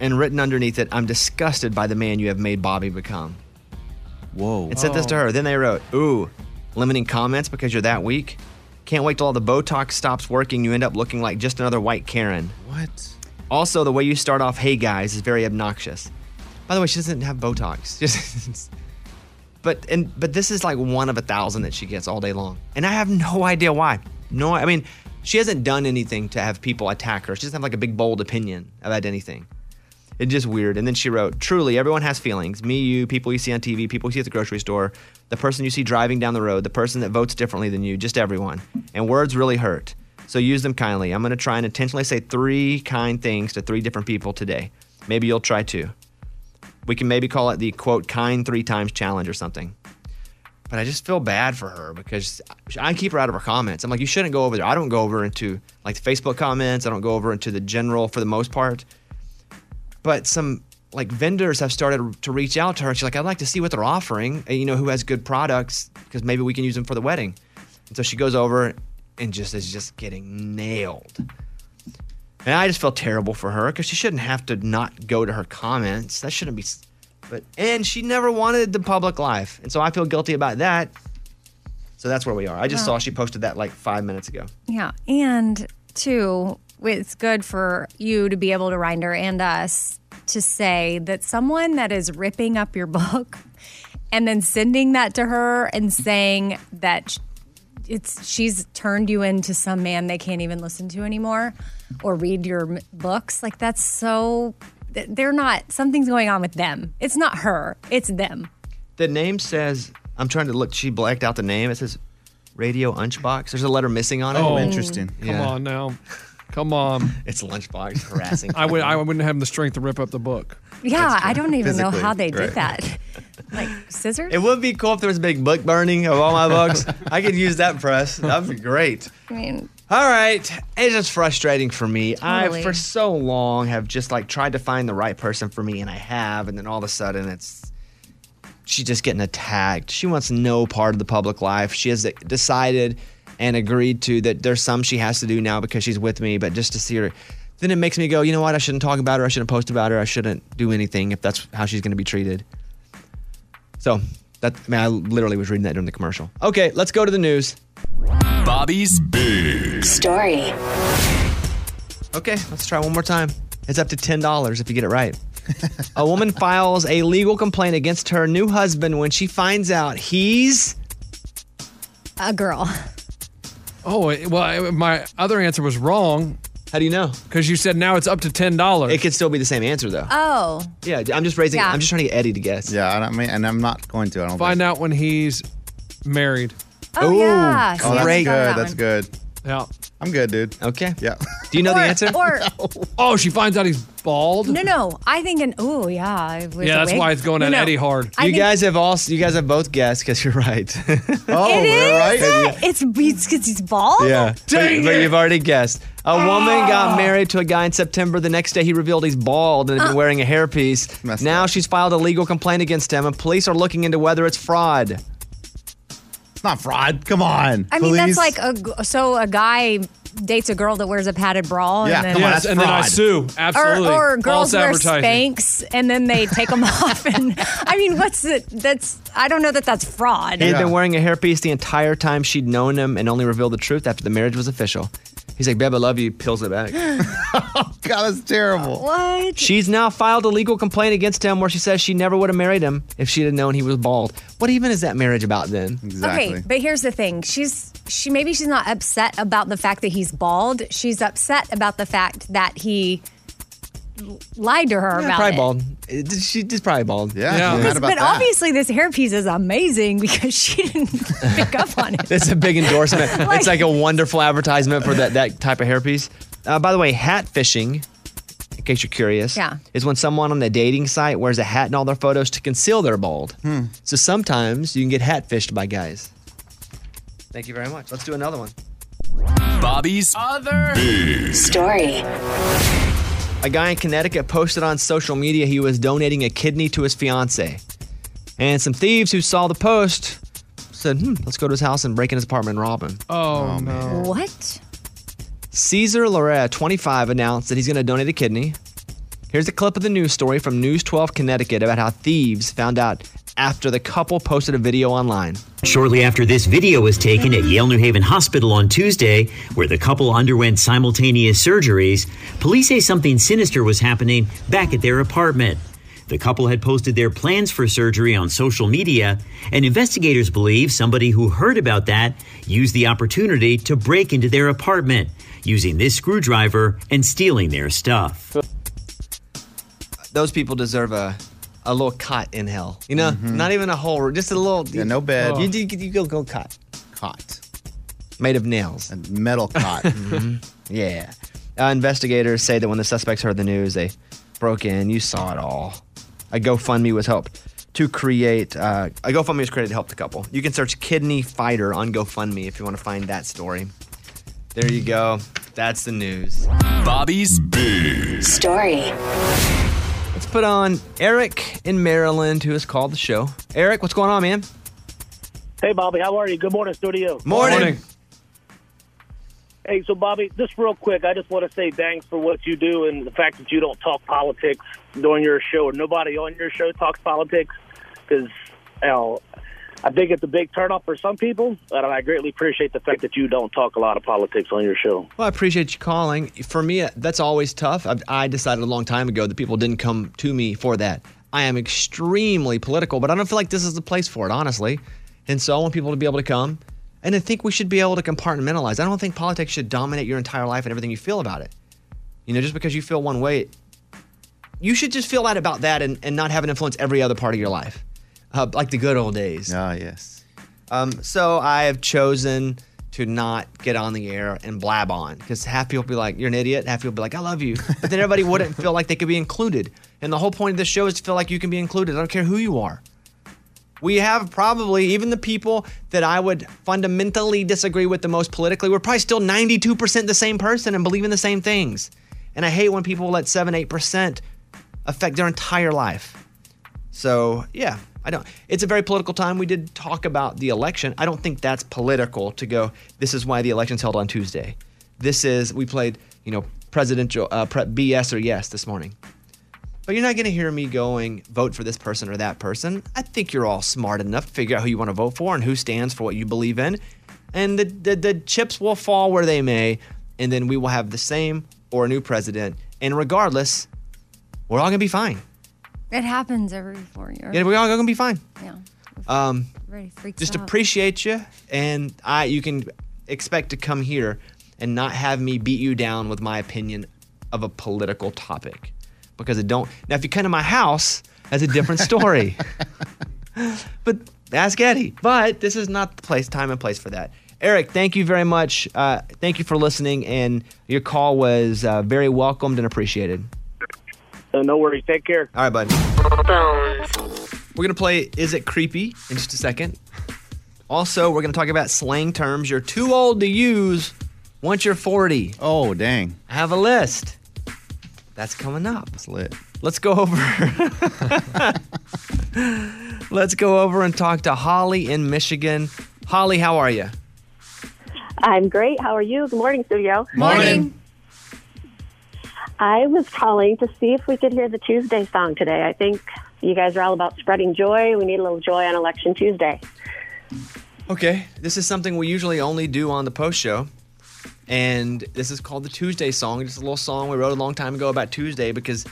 Speaker 2: and written underneath it, I'm disgusted by the man you have made Bobby become. Whoa. And sent this to her. Then they wrote, Ooh, limiting comments because you're that weak. Can't wait till all the Botox stops working. You end up looking like just another white Karen.
Speaker 3: What?
Speaker 2: Also, the way you start off, hey guys, is very obnoxious. By the way, she doesn't have Botox. <laughs> Just- but and but this is like one of a thousand that she gets all day long, and I have no idea why. No, I mean, she hasn't done anything to have people attack her. She doesn't have like a big bold opinion about anything. It's just weird. And then she wrote, Truly, everyone has feelings. Me, you, people you see on TV, people you see at the grocery store, the person you see driving down the road, the person that votes differently than you, just everyone. And words really hurt. So use them kindly. I'm going to try and intentionally say three kind things to three different people today. Maybe you'll try two. We can maybe call it the quote, kind three times challenge or something. But I just feel bad for her because I keep her out of her comments. I'm like, you shouldn't go over there. I don't go over into like the Facebook comments. I don't go over into the general for the most part but some like vendors have started to reach out to her and she's like i'd like to see what they're offering and, you know who has good products because maybe we can use them for the wedding and so she goes over and just is just getting nailed and i just feel terrible for her because she shouldn't have to not go to her comments that shouldn't be s- but and she never wanted the public life and so i feel guilty about that so that's where we are i just
Speaker 5: Wow.
Speaker 2: saw she posted that like five minutes ago
Speaker 5: Yeah. And two, it's good for you to be able to Rinder and us to say that someone that is ripping up your book and then sending that to her and saying that sh- it's she's turned you into some man they can't even listen to anymore or read your m- books like that's so th- they're not something's going on with them it's not her it's them
Speaker 2: The name says, I'm trying to look, she blacked out the name. It says Radio Lunchbox. There's a letter missing on it.
Speaker 6: Oh, interesting. Come on now. Come on.
Speaker 2: <laughs> It's Lunchbox harassing.
Speaker 6: I, would, I wouldn't have the strength to rip up the book.
Speaker 5: yeah i don't even know
Speaker 6: Physically,
Speaker 5: how they
Speaker 6: right.
Speaker 5: did that like scissors
Speaker 2: It would be cool if there was a big book burning of all my
Speaker 6: <laughs>
Speaker 2: books. I could use that press. That'd be great.
Speaker 5: i mean
Speaker 2: All right. It's just frustrating for me. I,
Speaker 5: Totally.
Speaker 2: for so long, have just like tried to find the right person for me, and I have. And then all of a sudden, it's she's just getting attacked. She wants no part of the public life. She has decided and agreed to that there's some she has to do now because she's with me, but just to see her. Then it makes me go, you know what? I shouldn't talk about her. I shouldn't post about her. I shouldn't do anything if that's how she's going to be treated. So that, I mean, I literally was reading that during the commercial. Okay, let's go to the news.
Speaker 16: Bobby's Big
Speaker 12: Story.
Speaker 2: Okay, let's try one more time. It's up to $10 if you get it right. a woman <laughs> files a legal complaint against her new husband when she finds out he's
Speaker 5: a girl
Speaker 6: Oh, it- well, I- my other answer was wrong.
Speaker 2: How do you know?
Speaker 6: Because you said now it's up to $10. It
Speaker 2: could still be the same answer, though.
Speaker 5: oh
Speaker 2: Yeah, I'm just raising.
Speaker 5: Yeah.
Speaker 2: I'm just trying to get Eddie to guess.
Speaker 3: Yeah, I don't mean, and I'm not going to. I don't
Speaker 6: Find out when he's married.
Speaker 5: Oh, Ooh, yeah.
Speaker 3: Oh, that's
Speaker 6: Great.
Speaker 3: good.
Speaker 6: That
Speaker 3: That's
Speaker 6: one.
Speaker 3: good.
Speaker 6: Yeah,
Speaker 3: I'm good, dude.
Speaker 2: Okay.
Speaker 3: Yeah.
Speaker 2: Do you know
Speaker 5: Or- Or
Speaker 6: <laughs> oh, she finds out he's bald.
Speaker 5: no, no. I think an oh yeah. I was
Speaker 6: Yeah, that's
Speaker 5: awake.
Speaker 6: why it's going
Speaker 5: No,
Speaker 6: at
Speaker 5: no.
Speaker 6: Eddie hard.
Speaker 5: I
Speaker 2: you
Speaker 5: think-
Speaker 2: guys have all. You guys have both guessed because you're right. <laughs>
Speaker 3: oh,
Speaker 5: It is it? It's because he's bald.
Speaker 2: Yeah.
Speaker 5: Dang
Speaker 2: but, but
Speaker 5: it.
Speaker 2: you've already guessed. A woman got married to a guy in September. The next day, he revealed he's bald and had been
Speaker 5: Ah. Uh.
Speaker 2: wearing a hairpiece. Now she's filed a legal complaint against him, and police are looking into whether it's fraud.
Speaker 3: It's not fraud. Come on.
Speaker 5: I mean, that's like a g- so a guy dates a girl that wears a padded bra. and then,
Speaker 6: Yes, and then I sue. Absolutely.
Speaker 5: Or, or girls
Speaker 6: False
Speaker 5: wear
Speaker 6: advertising.
Speaker 5: Spanx and then they take
Speaker 6: <laughs>
Speaker 5: them off. And I mean, what's it? That's I don't know that that's fraud.
Speaker 2: He had been wearing a hairpiece the entire time she'd known him and only revealed the truth after the marriage was official. He's like, Babe, I love you. Peels it
Speaker 3: <laughs>
Speaker 2: back.
Speaker 3: Oh, God, that's terrible.
Speaker 5: What?
Speaker 2: She's now filed a legal complaint against him where she says she never would have married him if she had known he was bald. What even is that marriage about then?
Speaker 5: Okay, but here's the thing. She's she maybe she's not upset about the fact that he's bald. She's upset about the fact that he l- lied to her
Speaker 2: Yeah,
Speaker 5: about
Speaker 2: probably
Speaker 5: it.
Speaker 2: bald. It- She, she's probably bald.
Speaker 3: Yeah.
Speaker 5: Because- but obviously, this hairpiece is amazing <laughs> because she didn't <laughs> pick up
Speaker 2: <laughs>
Speaker 5: on it.
Speaker 2: It's a big endorsement. it's like a wonderful advertisement for that, that type of hairpiece. Uh, by the way, hat fishing, in case you're curious,
Speaker 5: Yeah.
Speaker 2: is when someone on a dating site wears a hat in all their photos to conceal their bald. So sometimes you can get hat fished by guys. Thank you very much. Let's do another one.
Speaker 16: Bobby's other
Speaker 12: story.
Speaker 2: A guy in Connecticut posted on social media he was donating a kidney to his fiance. And some thieves who saw the post said, hmm, let's go to his house and break in his apartment and rob him.
Speaker 6: Oh, no.
Speaker 5: What?
Speaker 2: Caesar Lorea, 25, announced that he's going to donate a kidney. Here's a clip of the news story from News 12 Connecticut about how thieves found out after the couple posted a video online.
Speaker 4: Shortly after this video was taken at Yale New Haven Hospital on Tuesday, where the couple underwent simultaneous surgeries, police say something sinister was happening back at their apartment. The couple had posted their plans for surgery on social media, and investigators believe somebody who heard about that used the opportunity to break into their apartment using this screwdriver and stealing their stuff.
Speaker 2: Those people deserve a, a little cot in hell. You know, not even a whole, just a little. Yeah, no
Speaker 3: bed.
Speaker 6: Oh.
Speaker 2: You, you, you go, go cot. Cot. Made of nails. Mm-hmm.
Speaker 3: A
Speaker 2: <laughs>
Speaker 3: metal cot.
Speaker 2: Yeah. Uh, investigators say that when the suspects heard the news, they broke in. You saw it all. A GoFundMe was helped to create. Uh, a GoFundMe was created to help the couple. You can search "kidney fighter" on GoFundMe if you want to find that story. There you go. That's the news.
Speaker 16: Bobby's big
Speaker 12: story.
Speaker 2: Let's put on Eric in Maryland, who has called the show. Eric, what's going on, man?
Speaker 22: Hey, Bobby, how are you? Good morning, studio.
Speaker 2: Morning.
Speaker 22: Hey, so Bobby, just real quick, I just want to say thanks for what you do and the fact that you don't talk politics during your show, or nobody on your show talks politics, because you know, I think it's a big turnoff for some people, and I greatly appreciate the fact that you don't talk a lot of politics on your show.
Speaker 2: Well, I appreciate you calling. For me, uh, that's always tough. I, I decided a long time ago that people didn't come to me for that. I am extremely political, but I don't feel like this is the place for it, honestly. And so I want people to be able to come. And I think we should be able to compartmentalize. I don't think politics should dominate your entire life and everything you feel about it. You know, just because you feel one way, you should just feel out about that and, and not have it influence every other part of your life, uh, like the good old days. Ah, yes. Um, so I have chosen to not get on the air and blab on because half people be like, you're an idiot. Half people be like, I love <laughs> you. But then everybody wouldn't feel like they could be included. And the whole point of this show is to feel like you can be included. I don't care who you are. We have probably, even the people that I would fundamentally disagree with the most politically, we're probably still 92% the same person and believe in the same things. And I hate when people let 7 8% affect their entire life. So, yeah, I don't. It's a very political time. We did talk about the election. I don't think that's political to go, this is why the election's held on Tuesday. This is, we played, you know, presidential uh, pre- BS or yes this morning. But you're not going to hear me going, vote for this person or that person. I think you're all smart enough to figure out who you want to vote for and who stands for what you believe in. And the, the, the chips will fall where they may. And then we will have the same or a new president. And regardless, we're all going to be fine.
Speaker 5: It happens every four years.
Speaker 2: Yeah, we're all going to be fine.
Speaker 5: Yeah.
Speaker 2: Um,
Speaker 5: Everybody freaks
Speaker 2: just
Speaker 5: out.
Speaker 2: appreciate you. And I, you can expect to come here and not have me beat you down with my opinion of a political topic because it don't. Now, if you come to my house, that's a different
Speaker 5: <laughs>
Speaker 2: story. but ask Eddie. But this is not the place, time and place for that. Eric, thank you very much. Uh, thank you for listening, and your call was uh, very welcomed and appreciated.
Speaker 22: So Uh, no worries. Take care.
Speaker 2: All right, bud. We're gonna play "Is It Creepy" in just a second. Also, we're gonna talk about slang terms you're too old to use once you're 40. Oh, dang! I have a list. That's coming up. It's lit. Let's go over. <laughs> Let's go over and talk to Holly in Michigan. Holly, how are you?
Speaker 23: I'm great. How are you? Good morning, studio.
Speaker 2: Morning.
Speaker 23: I was calling to see if we could hear the Tuesday song today. I think you guys are all about spreading joy. We need a little joy on Election Tuesday.
Speaker 2: Okay. This is something we usually only do on the post show. And this is called the Tuesday song. It's a little song we wrote a long time ago about Tuesday because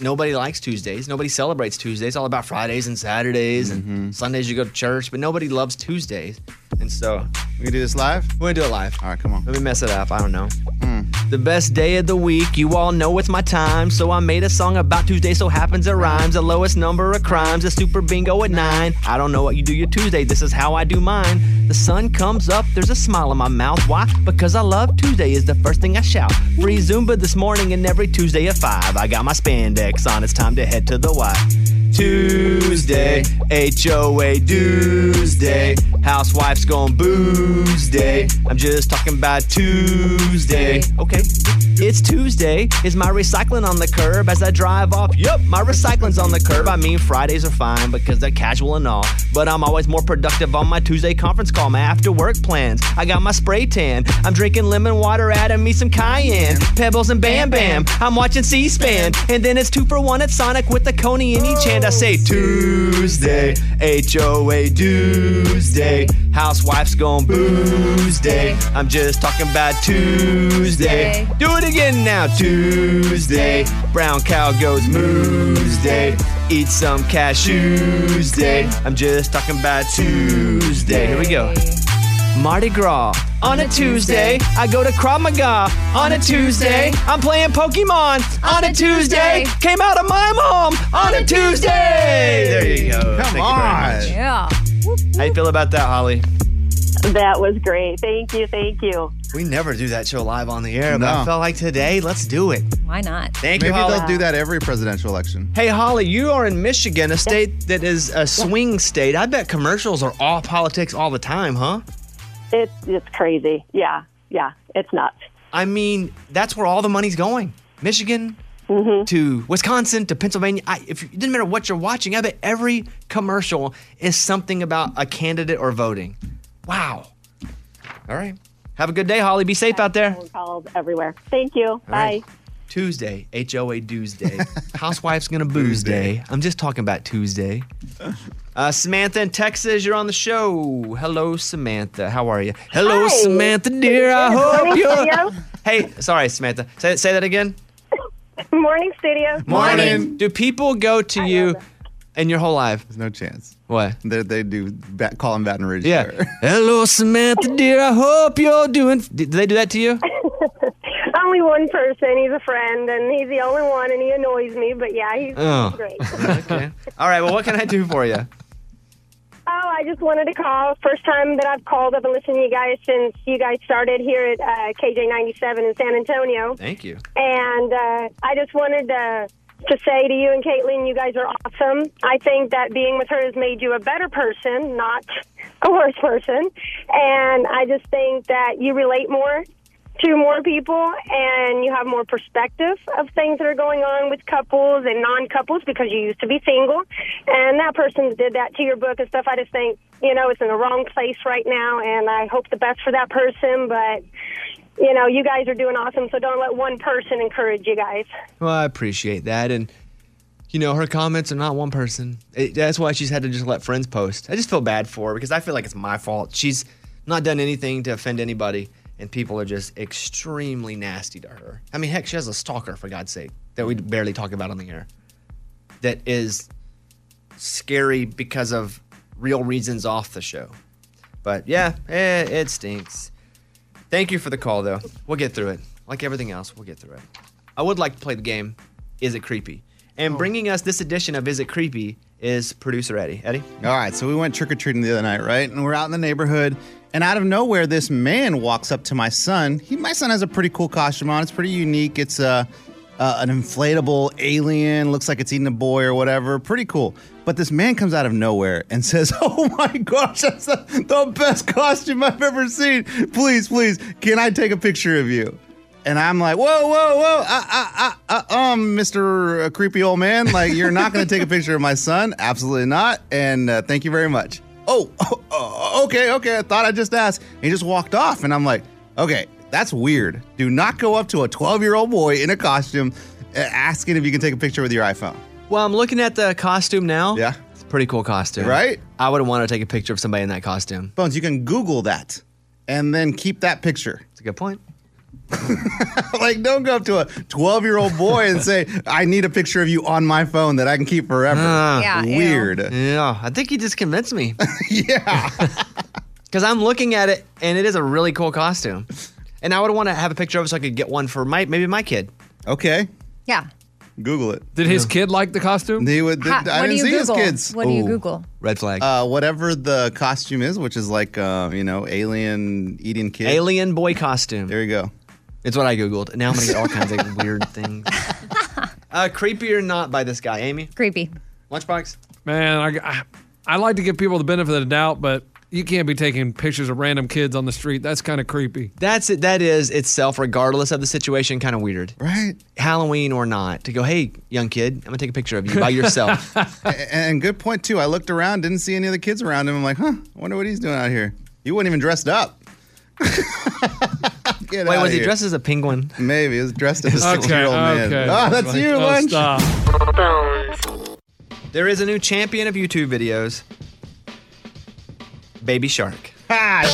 Speaker 2: nobody likes Tuesdays. Nobody celebrates Tuesdays. It's all about Fridays and Saturdays and Sundays you go to church, but nobody loves Tuesdays. And so we can do this live? We're gonna do it live. All right, come on. Let me mess it up. I don't know. The best day of the week, you all know it's my time. So I made a song about Tuesday, so happens it rhymes. The lowest number of crimes, a super bingo at nine. I don't know what you do your Tuesday, this is how I do mine. The sun comes up, there's a smile on my mouth. Why? Because I love Tuesday, is the first thing I shout. Free Zumba this morning and every Tuesday at five. I got my spandex on, it's time to head to the Y.
Speaker 9: Tuesday, HOA Tuesday, housewife's gonna booze day. I'm just talking about Tuesday.
Speaker 2: Okay. It's Tuesday. Is my recycling on the curb as I drive off? Yup, my recycling's on the curb. I mean, Fridays are fine because they're casual and all. But I'm always more productive on my Tuesday conference call, my after work plans. I got my spray tan. I'm drinking lemon water, adding me some cayenne, pebbles, and bam bam. I'm watching C SPAN. And then it's two for one at Sonic with a Coney in each hand. I say
Speaker 9: Tuesday, HOA Tuesday, housewife's gonna booze day. I'm just talking about Tuesday. Do it again now, Tuesday. Brown cow goes moose day. Eat some cashews day. I'm just talking about Tuesday. Here we go.
Speaker 2: Mardi Gras.
Speaker 9: On a Tuesday,
Speaker 2: I go to Krav Maga. On a Tuesday, I'm playing Pokemon. On a Tuesday, came out of my mom. On a Tuesday.
Speaker 9: There you go. Thank you very much.
Speaker 5: Yeah.
Speaker 2: How you feel about that, Holly?
Speaker 8: That was great. Thank you. Thank you.
Speaker 2: We never do that show live on the air, but
Speaker 3: No.
Speaker 2: I felt like today, let's do it.
Speaker 5: Why not?
Speaker 2: Thank
Speaker 3: Maybe
Speaker 2: you, Holly.
Speaker 3: they'll do that every presidential election.
Speaker 2: Hey, Holly, you are in Michigan, a state that is a swing state. I bet commercials are all politics all the time, huh?
Speaker 8: It's it's crazy. Yeah, yeah, it's nuts.
Speaker 2: I mean, that's where all the money's going. Michigan to Wisconsin to Pennsylvania. I, if you- it doesn't matter what you're watching, I bet every commercial is something about a candidate or voting. Wow. All right. Have a good day, Holly. Be safe out there.
Speaker 8: Phone calls everywhere. Thank you. Bye.
Speaker 2: right. Tuesday, HOA Tuesday. Housewife's gonna booze day. I'm just talking about Tuesday. Uh, Samantha in Texas, you're on the show. Hello, Samantha. How are you? Hello,
Speaker 24: Hi.
Speaker 2: Samantha dear. I
Speaker 24: Good
Speaker 2: hope
Speaker 24: morning,
Speaker 2: you're.
Speaker 24: studio.
Speaker 2: Hey, sorry, Samantha. Say, say that again.
Speaker 24: <laughs> Morning, studio.
Speaker 2: Do people go to you in your whole life? There's
Speaker 3: no chance.
Speaker 2: What?
Speaker 3: They, they do bat, call in Baton Rouge.
Speaker 2: Yeah.
Speaker 3: <laughs>
Speaker 2: Hello, Samantha dear. I hope you're doing. Did they do that to
Speaker 24: <laughs>
Speaker 2: you?
Speaker 24: Only one person. He's a friend, and he's the only one, and he annoys me. But yeah, he's
Speaker 2: Oh.
Speaker 24: great.
Speaker 2: <laughs> okay. All right. Well, what can I do for you?
Speaker 24: Oh, I just wanted to call. First time that I've called up and listened to you guys since you guys started here at uh, KJ97 in San Antonio.
Speaker 2: Thank you.
Speaker 24: And uh, I just wanted to, to say to you and Caitlin, you guys are awesome. I think that being with her has made you a better person, not a worse person. And I just think that you relate more to more people and you have more perspective of things that are going on with couples and non couples because you used to be single. And that person did that to your book and stuff. I just think, you know, it's in the wrong place right now. And I hope the best for that person. But, you know, you guys are doing awesome. So don't let one person encourage you guys.
Speaker 2: Well, I appreciate that. And, you know, her comments are not one person. It, that's why she's had to just let friends post. I just feel bad for her because I feel like it's my fault. She's not done anything to offend anybody, and people are just extremely nasty to her. I mean, heck, she has a stalker, for God's sake, that we barely talk about on the air, that is scary because of real reasons off the show. But yeah, eh, it stinks. Thank you for the call, though. We'll get through it. Like everything else, we'll get through it. I would like to play the game Is It Creepy?
Speaker 3: Oh.
Speaker 2: And bringing us this edition of Is It Creepy is producer Eddie. Eddie?
Speaker 3: All right, so we went trick or treating the other night, right? And we're out in the neighborhood, and out of nowhere, this man walks up to my son. He, my son, has a pretty cool costume on. It's pretty unique. It's a uh, an inflatable alien. Looks like it's eating a boy or whatever. Pretty cool. But this man comes out of nowhere and <laughs> says, "Oh my gosh, that's the, the best costume I've ever seen! Please, please, can I take a picture of you?" And I'm like, whoa, whoa, whoa, uh, uh, uh, uh, um, Mr. uh, creepy old man, like you're not going to take a picture of my son, absolutely not. And uh, thank you very much. Oh, <laughs> oh, okay, okay. I thought I just asked. And he just walked off, and I'm like, okay, that's weird. Do not go up to a 12 year old boy in a costume uh, asking if you can take a picture with your iPhone.
Speaker 2: Well, I'm looking at the costume now.
Speaker 3: Yeah,
Speaker 2: it's a pretty cool costume,
Speaker 3: right?
Speaker 2: I would want to take a picture of somebody in that costume.
Speaker 3: Bones, you can Google that, and then keep that picture. <laughs> It's
Speaker 2: a good point.
Speaker 3: like, don't go up to a 12 year old boy and say, I need a picture of you on my phone that I can keep forever.
Speaker 2: Yeah, ew.
Speaker 3: Weird.
Speaker 2: Ah. Yeah, I think he just convinced me.
Speaker 3: yeah.
Speaker 2: Because I'm looking at it, and it is a really cool
Speaker 3: <laughs>
Speaker 2: costume. And I would want to have a picture of it so I could get one for my maybe my kid.
Speaker 3: Okay.
Speaker 5: Yeah.
Speaker 3: Google it.
Speaker 6: Did his kid like the costume?
Speaker 3: They would.
Speaker 5: Ha- what do you Google? What do you Google?
Speaker 2: Red flag.
Speaker 3: Uh, whatever the costume is, which is like, uh, you know, alien eating kid.
Speaker 2: Alien boy costume.
Speaker 3: There you go.
Speaker 2: It's what I Googled. Now I'm
Speaker 3: <laughs>
Speaker 2: going to get all kinds of weird things. Uh, creepy or not by this guy, Amy?
Speaker 5: Creepy.
Speaker 2: Lunchbox.
Speaker 6: <laughs> Man, I, I, I like to give people the benefit of the doubt, but you can't be taking pictures of random kids on the street. That's kind of creepy.
Speaker 2: That's it. That is itself, regardless of the situation, kind of weird. Right. Halloween or not, to go, hey, young kid, I'm gonna take a picture of you by
Speaker 3: <laughs>
Speaker 2: yourself.
Speaker 3: A- and good point too. I looked around, didn't see any of the kids around him. I'm like, huh? I wonder what he's doing out here. He wasn't even dressed up. <laughs> Get
Speaker 2: Wait,
Speaker 3: outta
Speaker 2: was he
Speaker 3: here.
Speaker 2: dressed as a penguin?
Speaker 3: Maybe he was dressed as a
Speaker 2: Okay,
Speaker 3: six-year-old man.
Speaker 2: okay.
Speaker 3: Oh, that's you,
Speaker 2: Oh,
Speaker 3: lunch.
Speaker 2: stop. There is a new champion of YouTube videos. Baby Shark.
Speaker 3: Ha!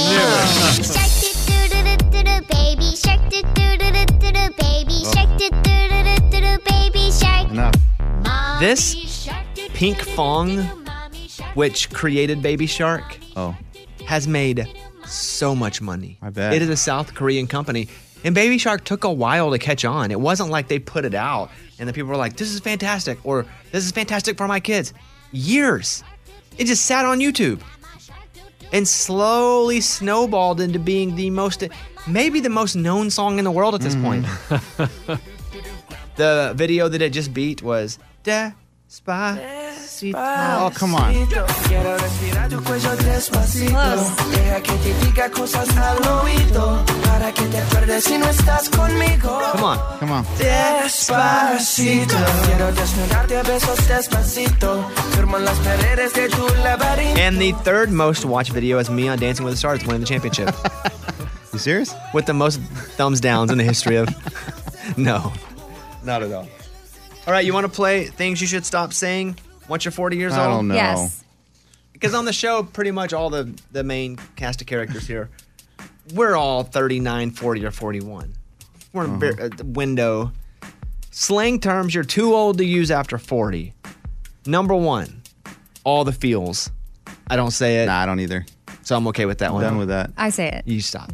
Speaker 16: Baby shark do do do do do baby shark do do do do do do baby shark do do do do do do baby shark.
Speaker 2: Enough.
Speaker 16: Mommy
Speaker 2: This
Speaker 16: shark do do
Speaker 2: Pink
Speaker 16: do do
Speaker 2: Fong,
Speaker 16: do, mommy shark
Speaker 2: which created Baby Shark,
Speaker 3: oh.
Speaker 2: has made so much money. I
Speaker 3: bet.
Speaker 2: It is a South Korean company. And Baby Shark took a while to catch on. It wasn't like they put it out and the people were like, this is fantastic or this is fantastic for my kids. Years. It just sat on YouTube and slowly snowballed into being the most, maybe the most known song in the world at
Speaker 3: Mm.
Speaker 2: this
Speaker 3: <laughs>
Speaker 2: point. the video that it just beat was Despacito.
Speaker 3: Oh, come on.
Speaker 9: Quiero respirar tu cuello despacito. Deja que te diga cosas al oído. Para que te acuerdes si no estás conmigo.
Speaker 2: Come on.
Speaker 3: Come on.
Speaker 9: Despacito. Quiero desnudarte a besos despacito. Firmo en las paredes de tu laberinto.
Speaker 2: And the third most watched video is me on Dancing with the Stars winning the championship.
Speaker 3: <laughs> you serious?
Speaker 2: With the most thumbs downs in the history of. no.
Speaker 3: Not at all.
Speaker 2: All right, you want to play things you should stop saying once you're 40 years
Speaker 3: I
Speaker 2: old?
Speaker 3: don't know. Yes.
Speaker 2: Because on the show, pretty much all the, the main cast of characters here, we're all 39, 40, or 41. We're in
Speaker 25: Uh-huh.
Speaker 2: a bar- a window. Slang terms you're too old to use after 40. Number one, all the feels. I don't say it. Nah,
Speaker 3: I don't either.
Speaker 2: So I'm okay with that one.
Speaker 6: done with
Speaker 3: that.
Speaker 5: I say it.
Speaker 2: You stop.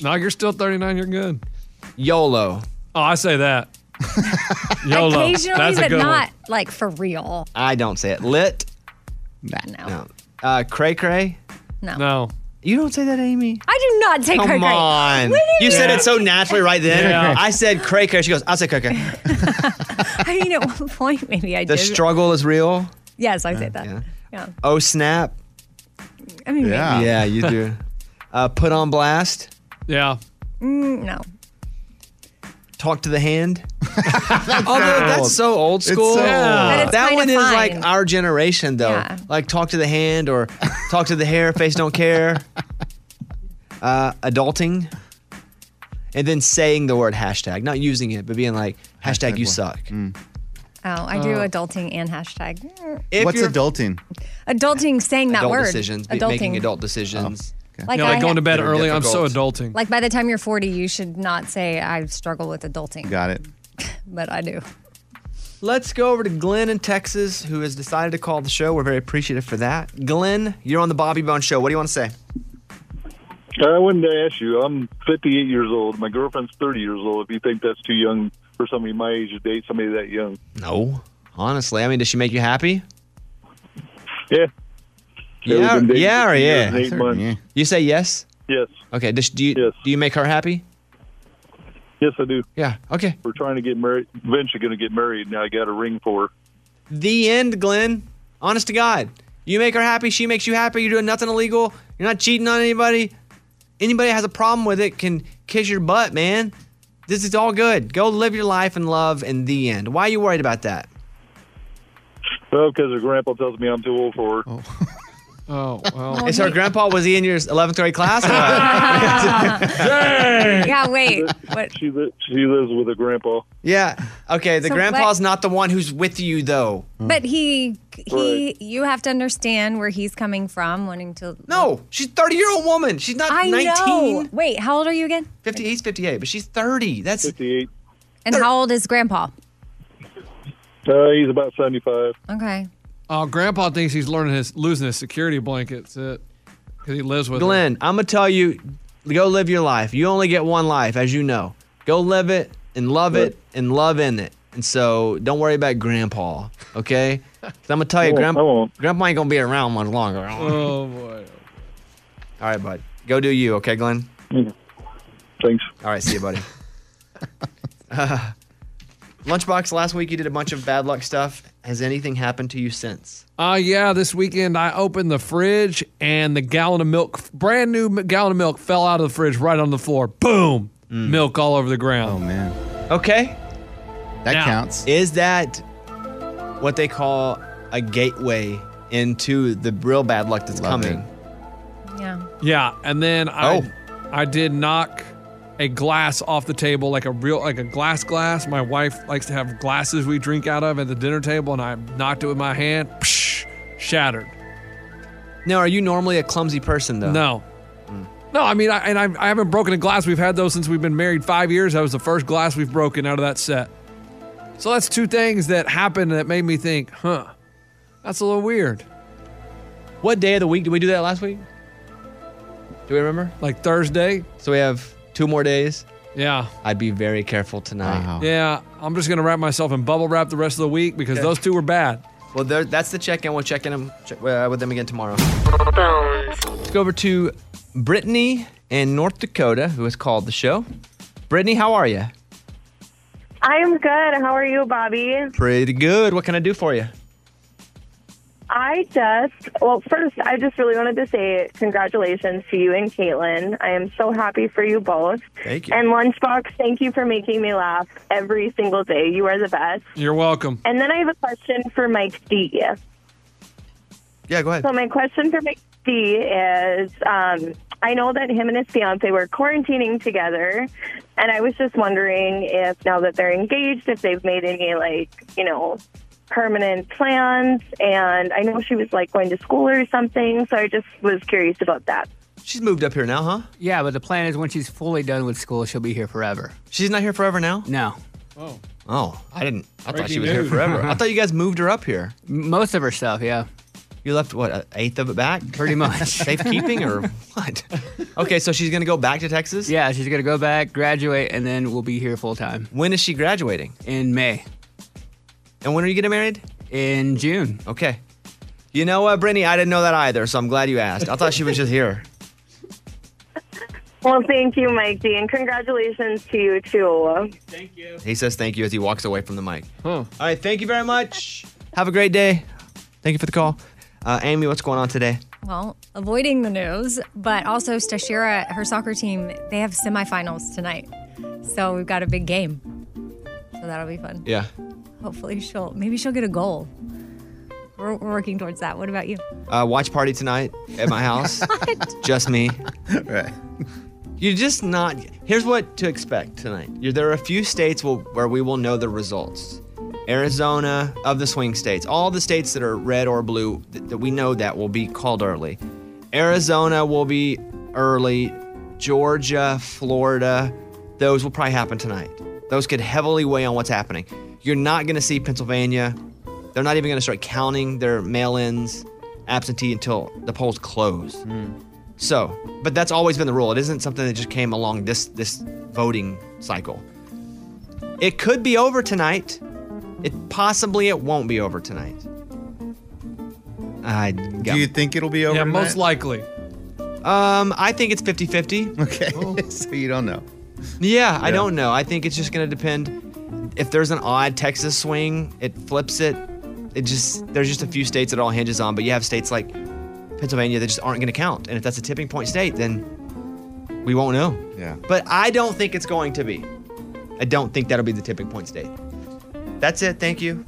Speaker 6: No, you're still 39. You're good.
Speaker 2: YOLO.
Speaker 6: Oh, I say that. YOLO.
Speaker 5: Occasionally,
Speaker 6: That's a
Speaker 5: but
Speaker 6: good one.
Speaker 5: not like for real.
Speaker 2: I don't say it. Lit?
Speaker 5: No.
Speaker 2: Uh, cray cray?
Speaker 5: No.
Speaker 6: No.
Speaker 2: You don't say that, Amy?
Speaker 5: I do not take
Speaker 2: Come
Speaker 5: cray cray.
Speaker 2: on.
Speaker 5: What do
Speaker 2: You said
Speaker 5: mean?
Speaker 2: it so
Speaker 5: <laughs>
Speaker 2: naturally right then.
Speaker 5: Yeah.
Speaker 2: I said cray cray. She goes, I'll say cray cray.
Speaker 5: I mean, at one point, maybe I
Speaker 2: The
Speaker 5: did.
Speaker 2: struggle is real.
Speaker 5: Yes, I say that. Yeah.
Speaker 2: Oh, snap.
Speaker 5: I mean, maybe.
Speaker 2: Yeah, you do. Uh, put on blast.
Speaker 6: Yeah.
Speaker 2: <laughs>
Speaker 5: Mm, no.
Speaker 2: Talk to the hand. Although Oh, that's so old
Speaker 25: It's
Speaker 2: school.
Speaker 25: so Yeah. old. But it's
Speaker 2: That
Speaker 25: kinda
Speaker 2: one is like
Speaker 25: fine.
Speaker 2: our generation, though.
Speaker 25: Yeah.
Speaker 2: Like talk to the hand or talk to the hair, face don't care.
Speaker 25: <laughs>
Speaker 2: Uh, adulting. And then saying the word hashtag, not using it, but being like, hashtag, you suck.
Speaker 5: Oh, I do
Speaker 2: Oh.
Speaker 5: adulting and hashtag. Mm.
Speaker 3: What's
Speaker 2: you're-
Speaker 3: adulting?
Speaker 5: Adulting, saying that
Speaker 2: adult
Speaker 5: word.
Speaker 2: decisions, be-
Speaker 5: adulting.
Speaker 2: making adult decisions.
Speaker 5: Like Yeah, like I going ha- to bed
Speaker 2: That are
Speaker 6: early, I'm so
Speaker 2: difficult.
Speaker 6: adulting.
Speaker 5: Like by the time you're 40, you should not say I struggle with adulting,
Speaker 2: Got it.
Speaker 5: <laughs> but I do. <laughs>
Speaker 2: Let's go over to Glenn in Texas, who has decided to call the show. We're very appreciative for that. Glenn, you're on the Bobby Bone Show. What do you want to say?
Speaker 26: I wanted to ask you. I'm 58 years old. My girlfriend's 30 years old. If you think that's too young for somebody my age to date somebody that young,
Speaker 2: No, honestly, I mean, does she make you happy?
Speaker 26: Yeah. We've
Speaker 2: Yeah,
Speaker 26: been dating
Speaker 2: yeah,
Speaker 26: for
Speaker 2: or
Speaker 26: two years
Speaker 2: yeah.
Speaker 26: and eight months.
Speaker 2: You say yes.
Speaker 26: Yes.
Speaker 2: Okay. Does, do you do you make her happy?
Speaker 26: Yes, I do.
Speaker 2: Yeah. Okay.
Speaker 26: We're trying to get married. Eventually, going to get married. Now I got a ring for her.
Speaker 2: The end, Glenn. Honest to God, you make her happy. She makes you happy. You're doing nothing illegal. You're not cheating on anybody. Anybody that has a problem with it can kiss your butt, man. This is all good. Go live your life in love. In the end, why are you worried about that?
Speaker 26: Well, because her grandpa tells me I'm too old for her.
Speaker 6: Oh, well.
Speaker 2: Is her grandpa was he in your 11th grade class? or what? <laughs>
Speaker 5: Yeah, wait. What?
Speaker 26: She li- she lives with her grandpa.
Speaker 2: yeah. Okay. The
Speaker 5: So
Speaker 2: grandpa's
Speaker 5: what-
Speaker 2: not the one who's with you though.
Speaker 5: But he, he, you have to understand where he's coming from, wanting to.
Speaker 2: No, she's thirty year old woman. She's not
Speaker 5: I
Speaker 2: 19.
Speaker 5: Know. Wait, how old are you again?
Speaker 2: 50, he's 58, but she's 30. That's
Speaker 26: 58.
Speaker 5: And how old is Grandpa?
Speaker 26: Uh, he's about 75.
Speaker 5: Okay.
Speaker 6: Oh, Grandpa thinks he's learning his losing his security blanket. That's it. Because he lives with her.
Speaker 2: Glenn, I'm gonna tell you, go live your life. You only get one life, as you know. Go live it and love it and love in it. And so, don't worry about grandpa, okay? 'Cause I'm gonna tell you,
Speaker 26: I won't, I
Speaker 2: grandpa, grandpa ain't gonna be around much longer.
Speaker 6: Oh boy.
Speaker 2: All right, bud. Go do you, okay, Glenn?
Speaker 26: Thanks.
Speaker 2: All right, see you, buddy. Uh, <laughs> Lunchbox, last week you did a bunch of bad luck stuff. Has anything happened to you since?
Speaker 6: Uh, yeah, this weekend I opened the fridge and the gallon of milk, brand new m- gallon of milk, fell out of the fridge right on the floor. Boom! Milk all over the ground. Oh,
Speaker 2: Mm. man. Okay.
Speaker 3: That counts.
Speaker 2: Is that what they call a gateway into the real bad luck that's coming?
Speaker 5: Yeah.
Speaker 6: Yeah, and then I, I did knock a glass off the table, like a real, like a glass glass. My wife likes to have glasses we drink out of at the dinner table, and I knocked it with my hand. Psh, shattered.
Speaker 2: Now, are you normally a clumsy person though? Hmm.
Speaker 6: No. No, I mean, I, and I, I haven't broken a glass. We've had those since we've been married five years. That was the first glass we've broken out of that set. So that's two things that happened that made me think, huh, that's a little weird.
Speaker 2: What day of the week did we do that last week? Do we remember?
Speaker 6: Like Thursday.
Speaker 2: So we have two more days.
Speaker 6: Yeah.
Speaker 2: I'd be very careful tonight.
Speaker 6: Yeah, I'm just gonna wrap myself in bubble wrap the rest of the week because
Speaker 2: Okay.
Speaker 6: those two were bad.
Speaker 2: Well, there, that's the check in. We'll check in them, check, uh, with them again tomorrow. Let's go over to Brittany in North Dakota, who has called the show. Brittany, how are you?
Speaker 8: I am good. How are you, Bobby?
Speaker 2: Pretty good. What can I do for you?
Speaker 8: I just, well, first, I just really wanted to say congratulations to you and Caitlin. I am so happy for you both.
Speaker 2: Thank
Speaker 8: And Lunchbox, thank you for making me laugh every single day. You are the best.
Speaker 6: You're welcome.
Speaker 8: And then I have a question for Mike D.
Speaker 2: Yeah, go ahead.
Speaker 8: So my question for Mike D is, um, I know that him and his fiance were quarantining together, and I was just wondering if now that they're engaged, if they've made any like you know permanent plans. And I know she was like going to school or something, so I just was curious about that.
Speaker 2: She's moved up here now, huh?
Speaker 9: Yeah, but the plan is when she's fully done with school, she'll be here forever.
Speaker 2: She's not here forever now?
Speaker 9: No.
Speaker 6: Oh.
Speaker 2: Oh, I didn't. I thought she
Speaker 9: Breaking
Speaker 2: was here
Speaker 9: news.
Speaker 2: forever. <laughs> I thought you guys moved her up here.
Speaker 9: Most of her stuff, yeah.
Speaker 2: You left what an eighth of it back?
Speaker 9: Pretty much.
Speaker 2: Safekeeping or what? Okay, so she's gonna go back to Texas?
Speaker 9: Yeah, she's gonna go back, graduate, and then we'll be here full time.
Speaker 2: When is she graduating?
Speaker 9: In May.
Speaker 2: And when are you getting married?
Speaker 9: In June.
Speaker 2: Okay. You know what, Brittany? I didn't know that either, so I'm glad you asked. I thought she was just
Speaker 9: <laughs>
Speaker 2: here.
Speaker 8: Well, thank you, Mike D, and congratulations to you too. Thank you.
Speaker 2: He says thank you as he walks away from the mic. All right, thank you very much. Have a great day. Thank you for the call. Uh, Amy, what's going on today?
Speaker 5: Well, avoiding the news, but also Stashira, her soccer team, they have semifinals tonight. So we've got a big game. So that'll be fun.
Speaker 2: Yeah.
Speaker 5: Hopefully she'll, maybe she'll get a goal. We're, we're working towards that. What about you?
Speaker 2: Uh, watch party tonight at my house. just me. right. You're just not. Here's what to expect tonight. You're, there are a few states will, where we will know the results. Arizona, of the swing states, all the states that are red or blue th- that we know that will be called early. Arizona will be early. Georgia, Florida, those will probably happen tonight. Those could heavily weigh on what's happening. You're not going to see Pennsylvania. They're not even going to start counting their mail ins, absentee until the polls close.
Speaker 3: Hmm.
Speaker 2: So, but that's always been the rule. It isn't something that just came along this this voting cycle. It could be over tonight. It possibly it won't be over tonight. I
Speaker 3: Do you think it'll be over?
Speaker 2: Yeah, most
Speaker 6: likely.
Speaker 2: Um, I think it's
Speaker 3: <laughs>
Speaker 2: 50-50.
Speaker 3: <laughs> Okay. so you don't know.
Speaker 2: Yeah, I
Speaker 3: Yeah.
Speaker 2: don't know. I think it's just going to depend. If there's an odd Texas swing, it flips it. It just there's just a few states it all hinges on, but you have states like Pennsylvania that just aren't going to count. And if that's a tipping point state, then we won't know.
Speaker 3: Yeah.
Speaker 2: But I don't think it's going to be. I don't think that'll be the tipping point state. That's it. Thank you.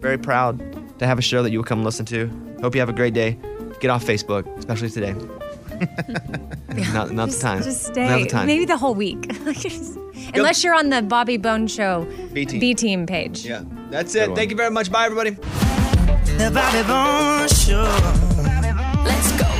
Speaker 2: Very proud to have a show that you will come listen to. Hope you have a great day. Get off Facebook, especially today.
Speaker 5: <laughs>
Speaker 2: not not
Speaker 5: Just-
Speaker 2: the time.
Speaker 5: Just stay.
Speaker 2: Not the time.
Speaker 5: Maybe the whole week. <laughs> Unless you're on the Bobby Bone Show
Speaker 2: B team.
Speaker 5: page.
Speaker 2: Yeah. That's it. Thank you very much. Bye, everybody.
Speaker 14: The Bobby Bones Show. Let's go.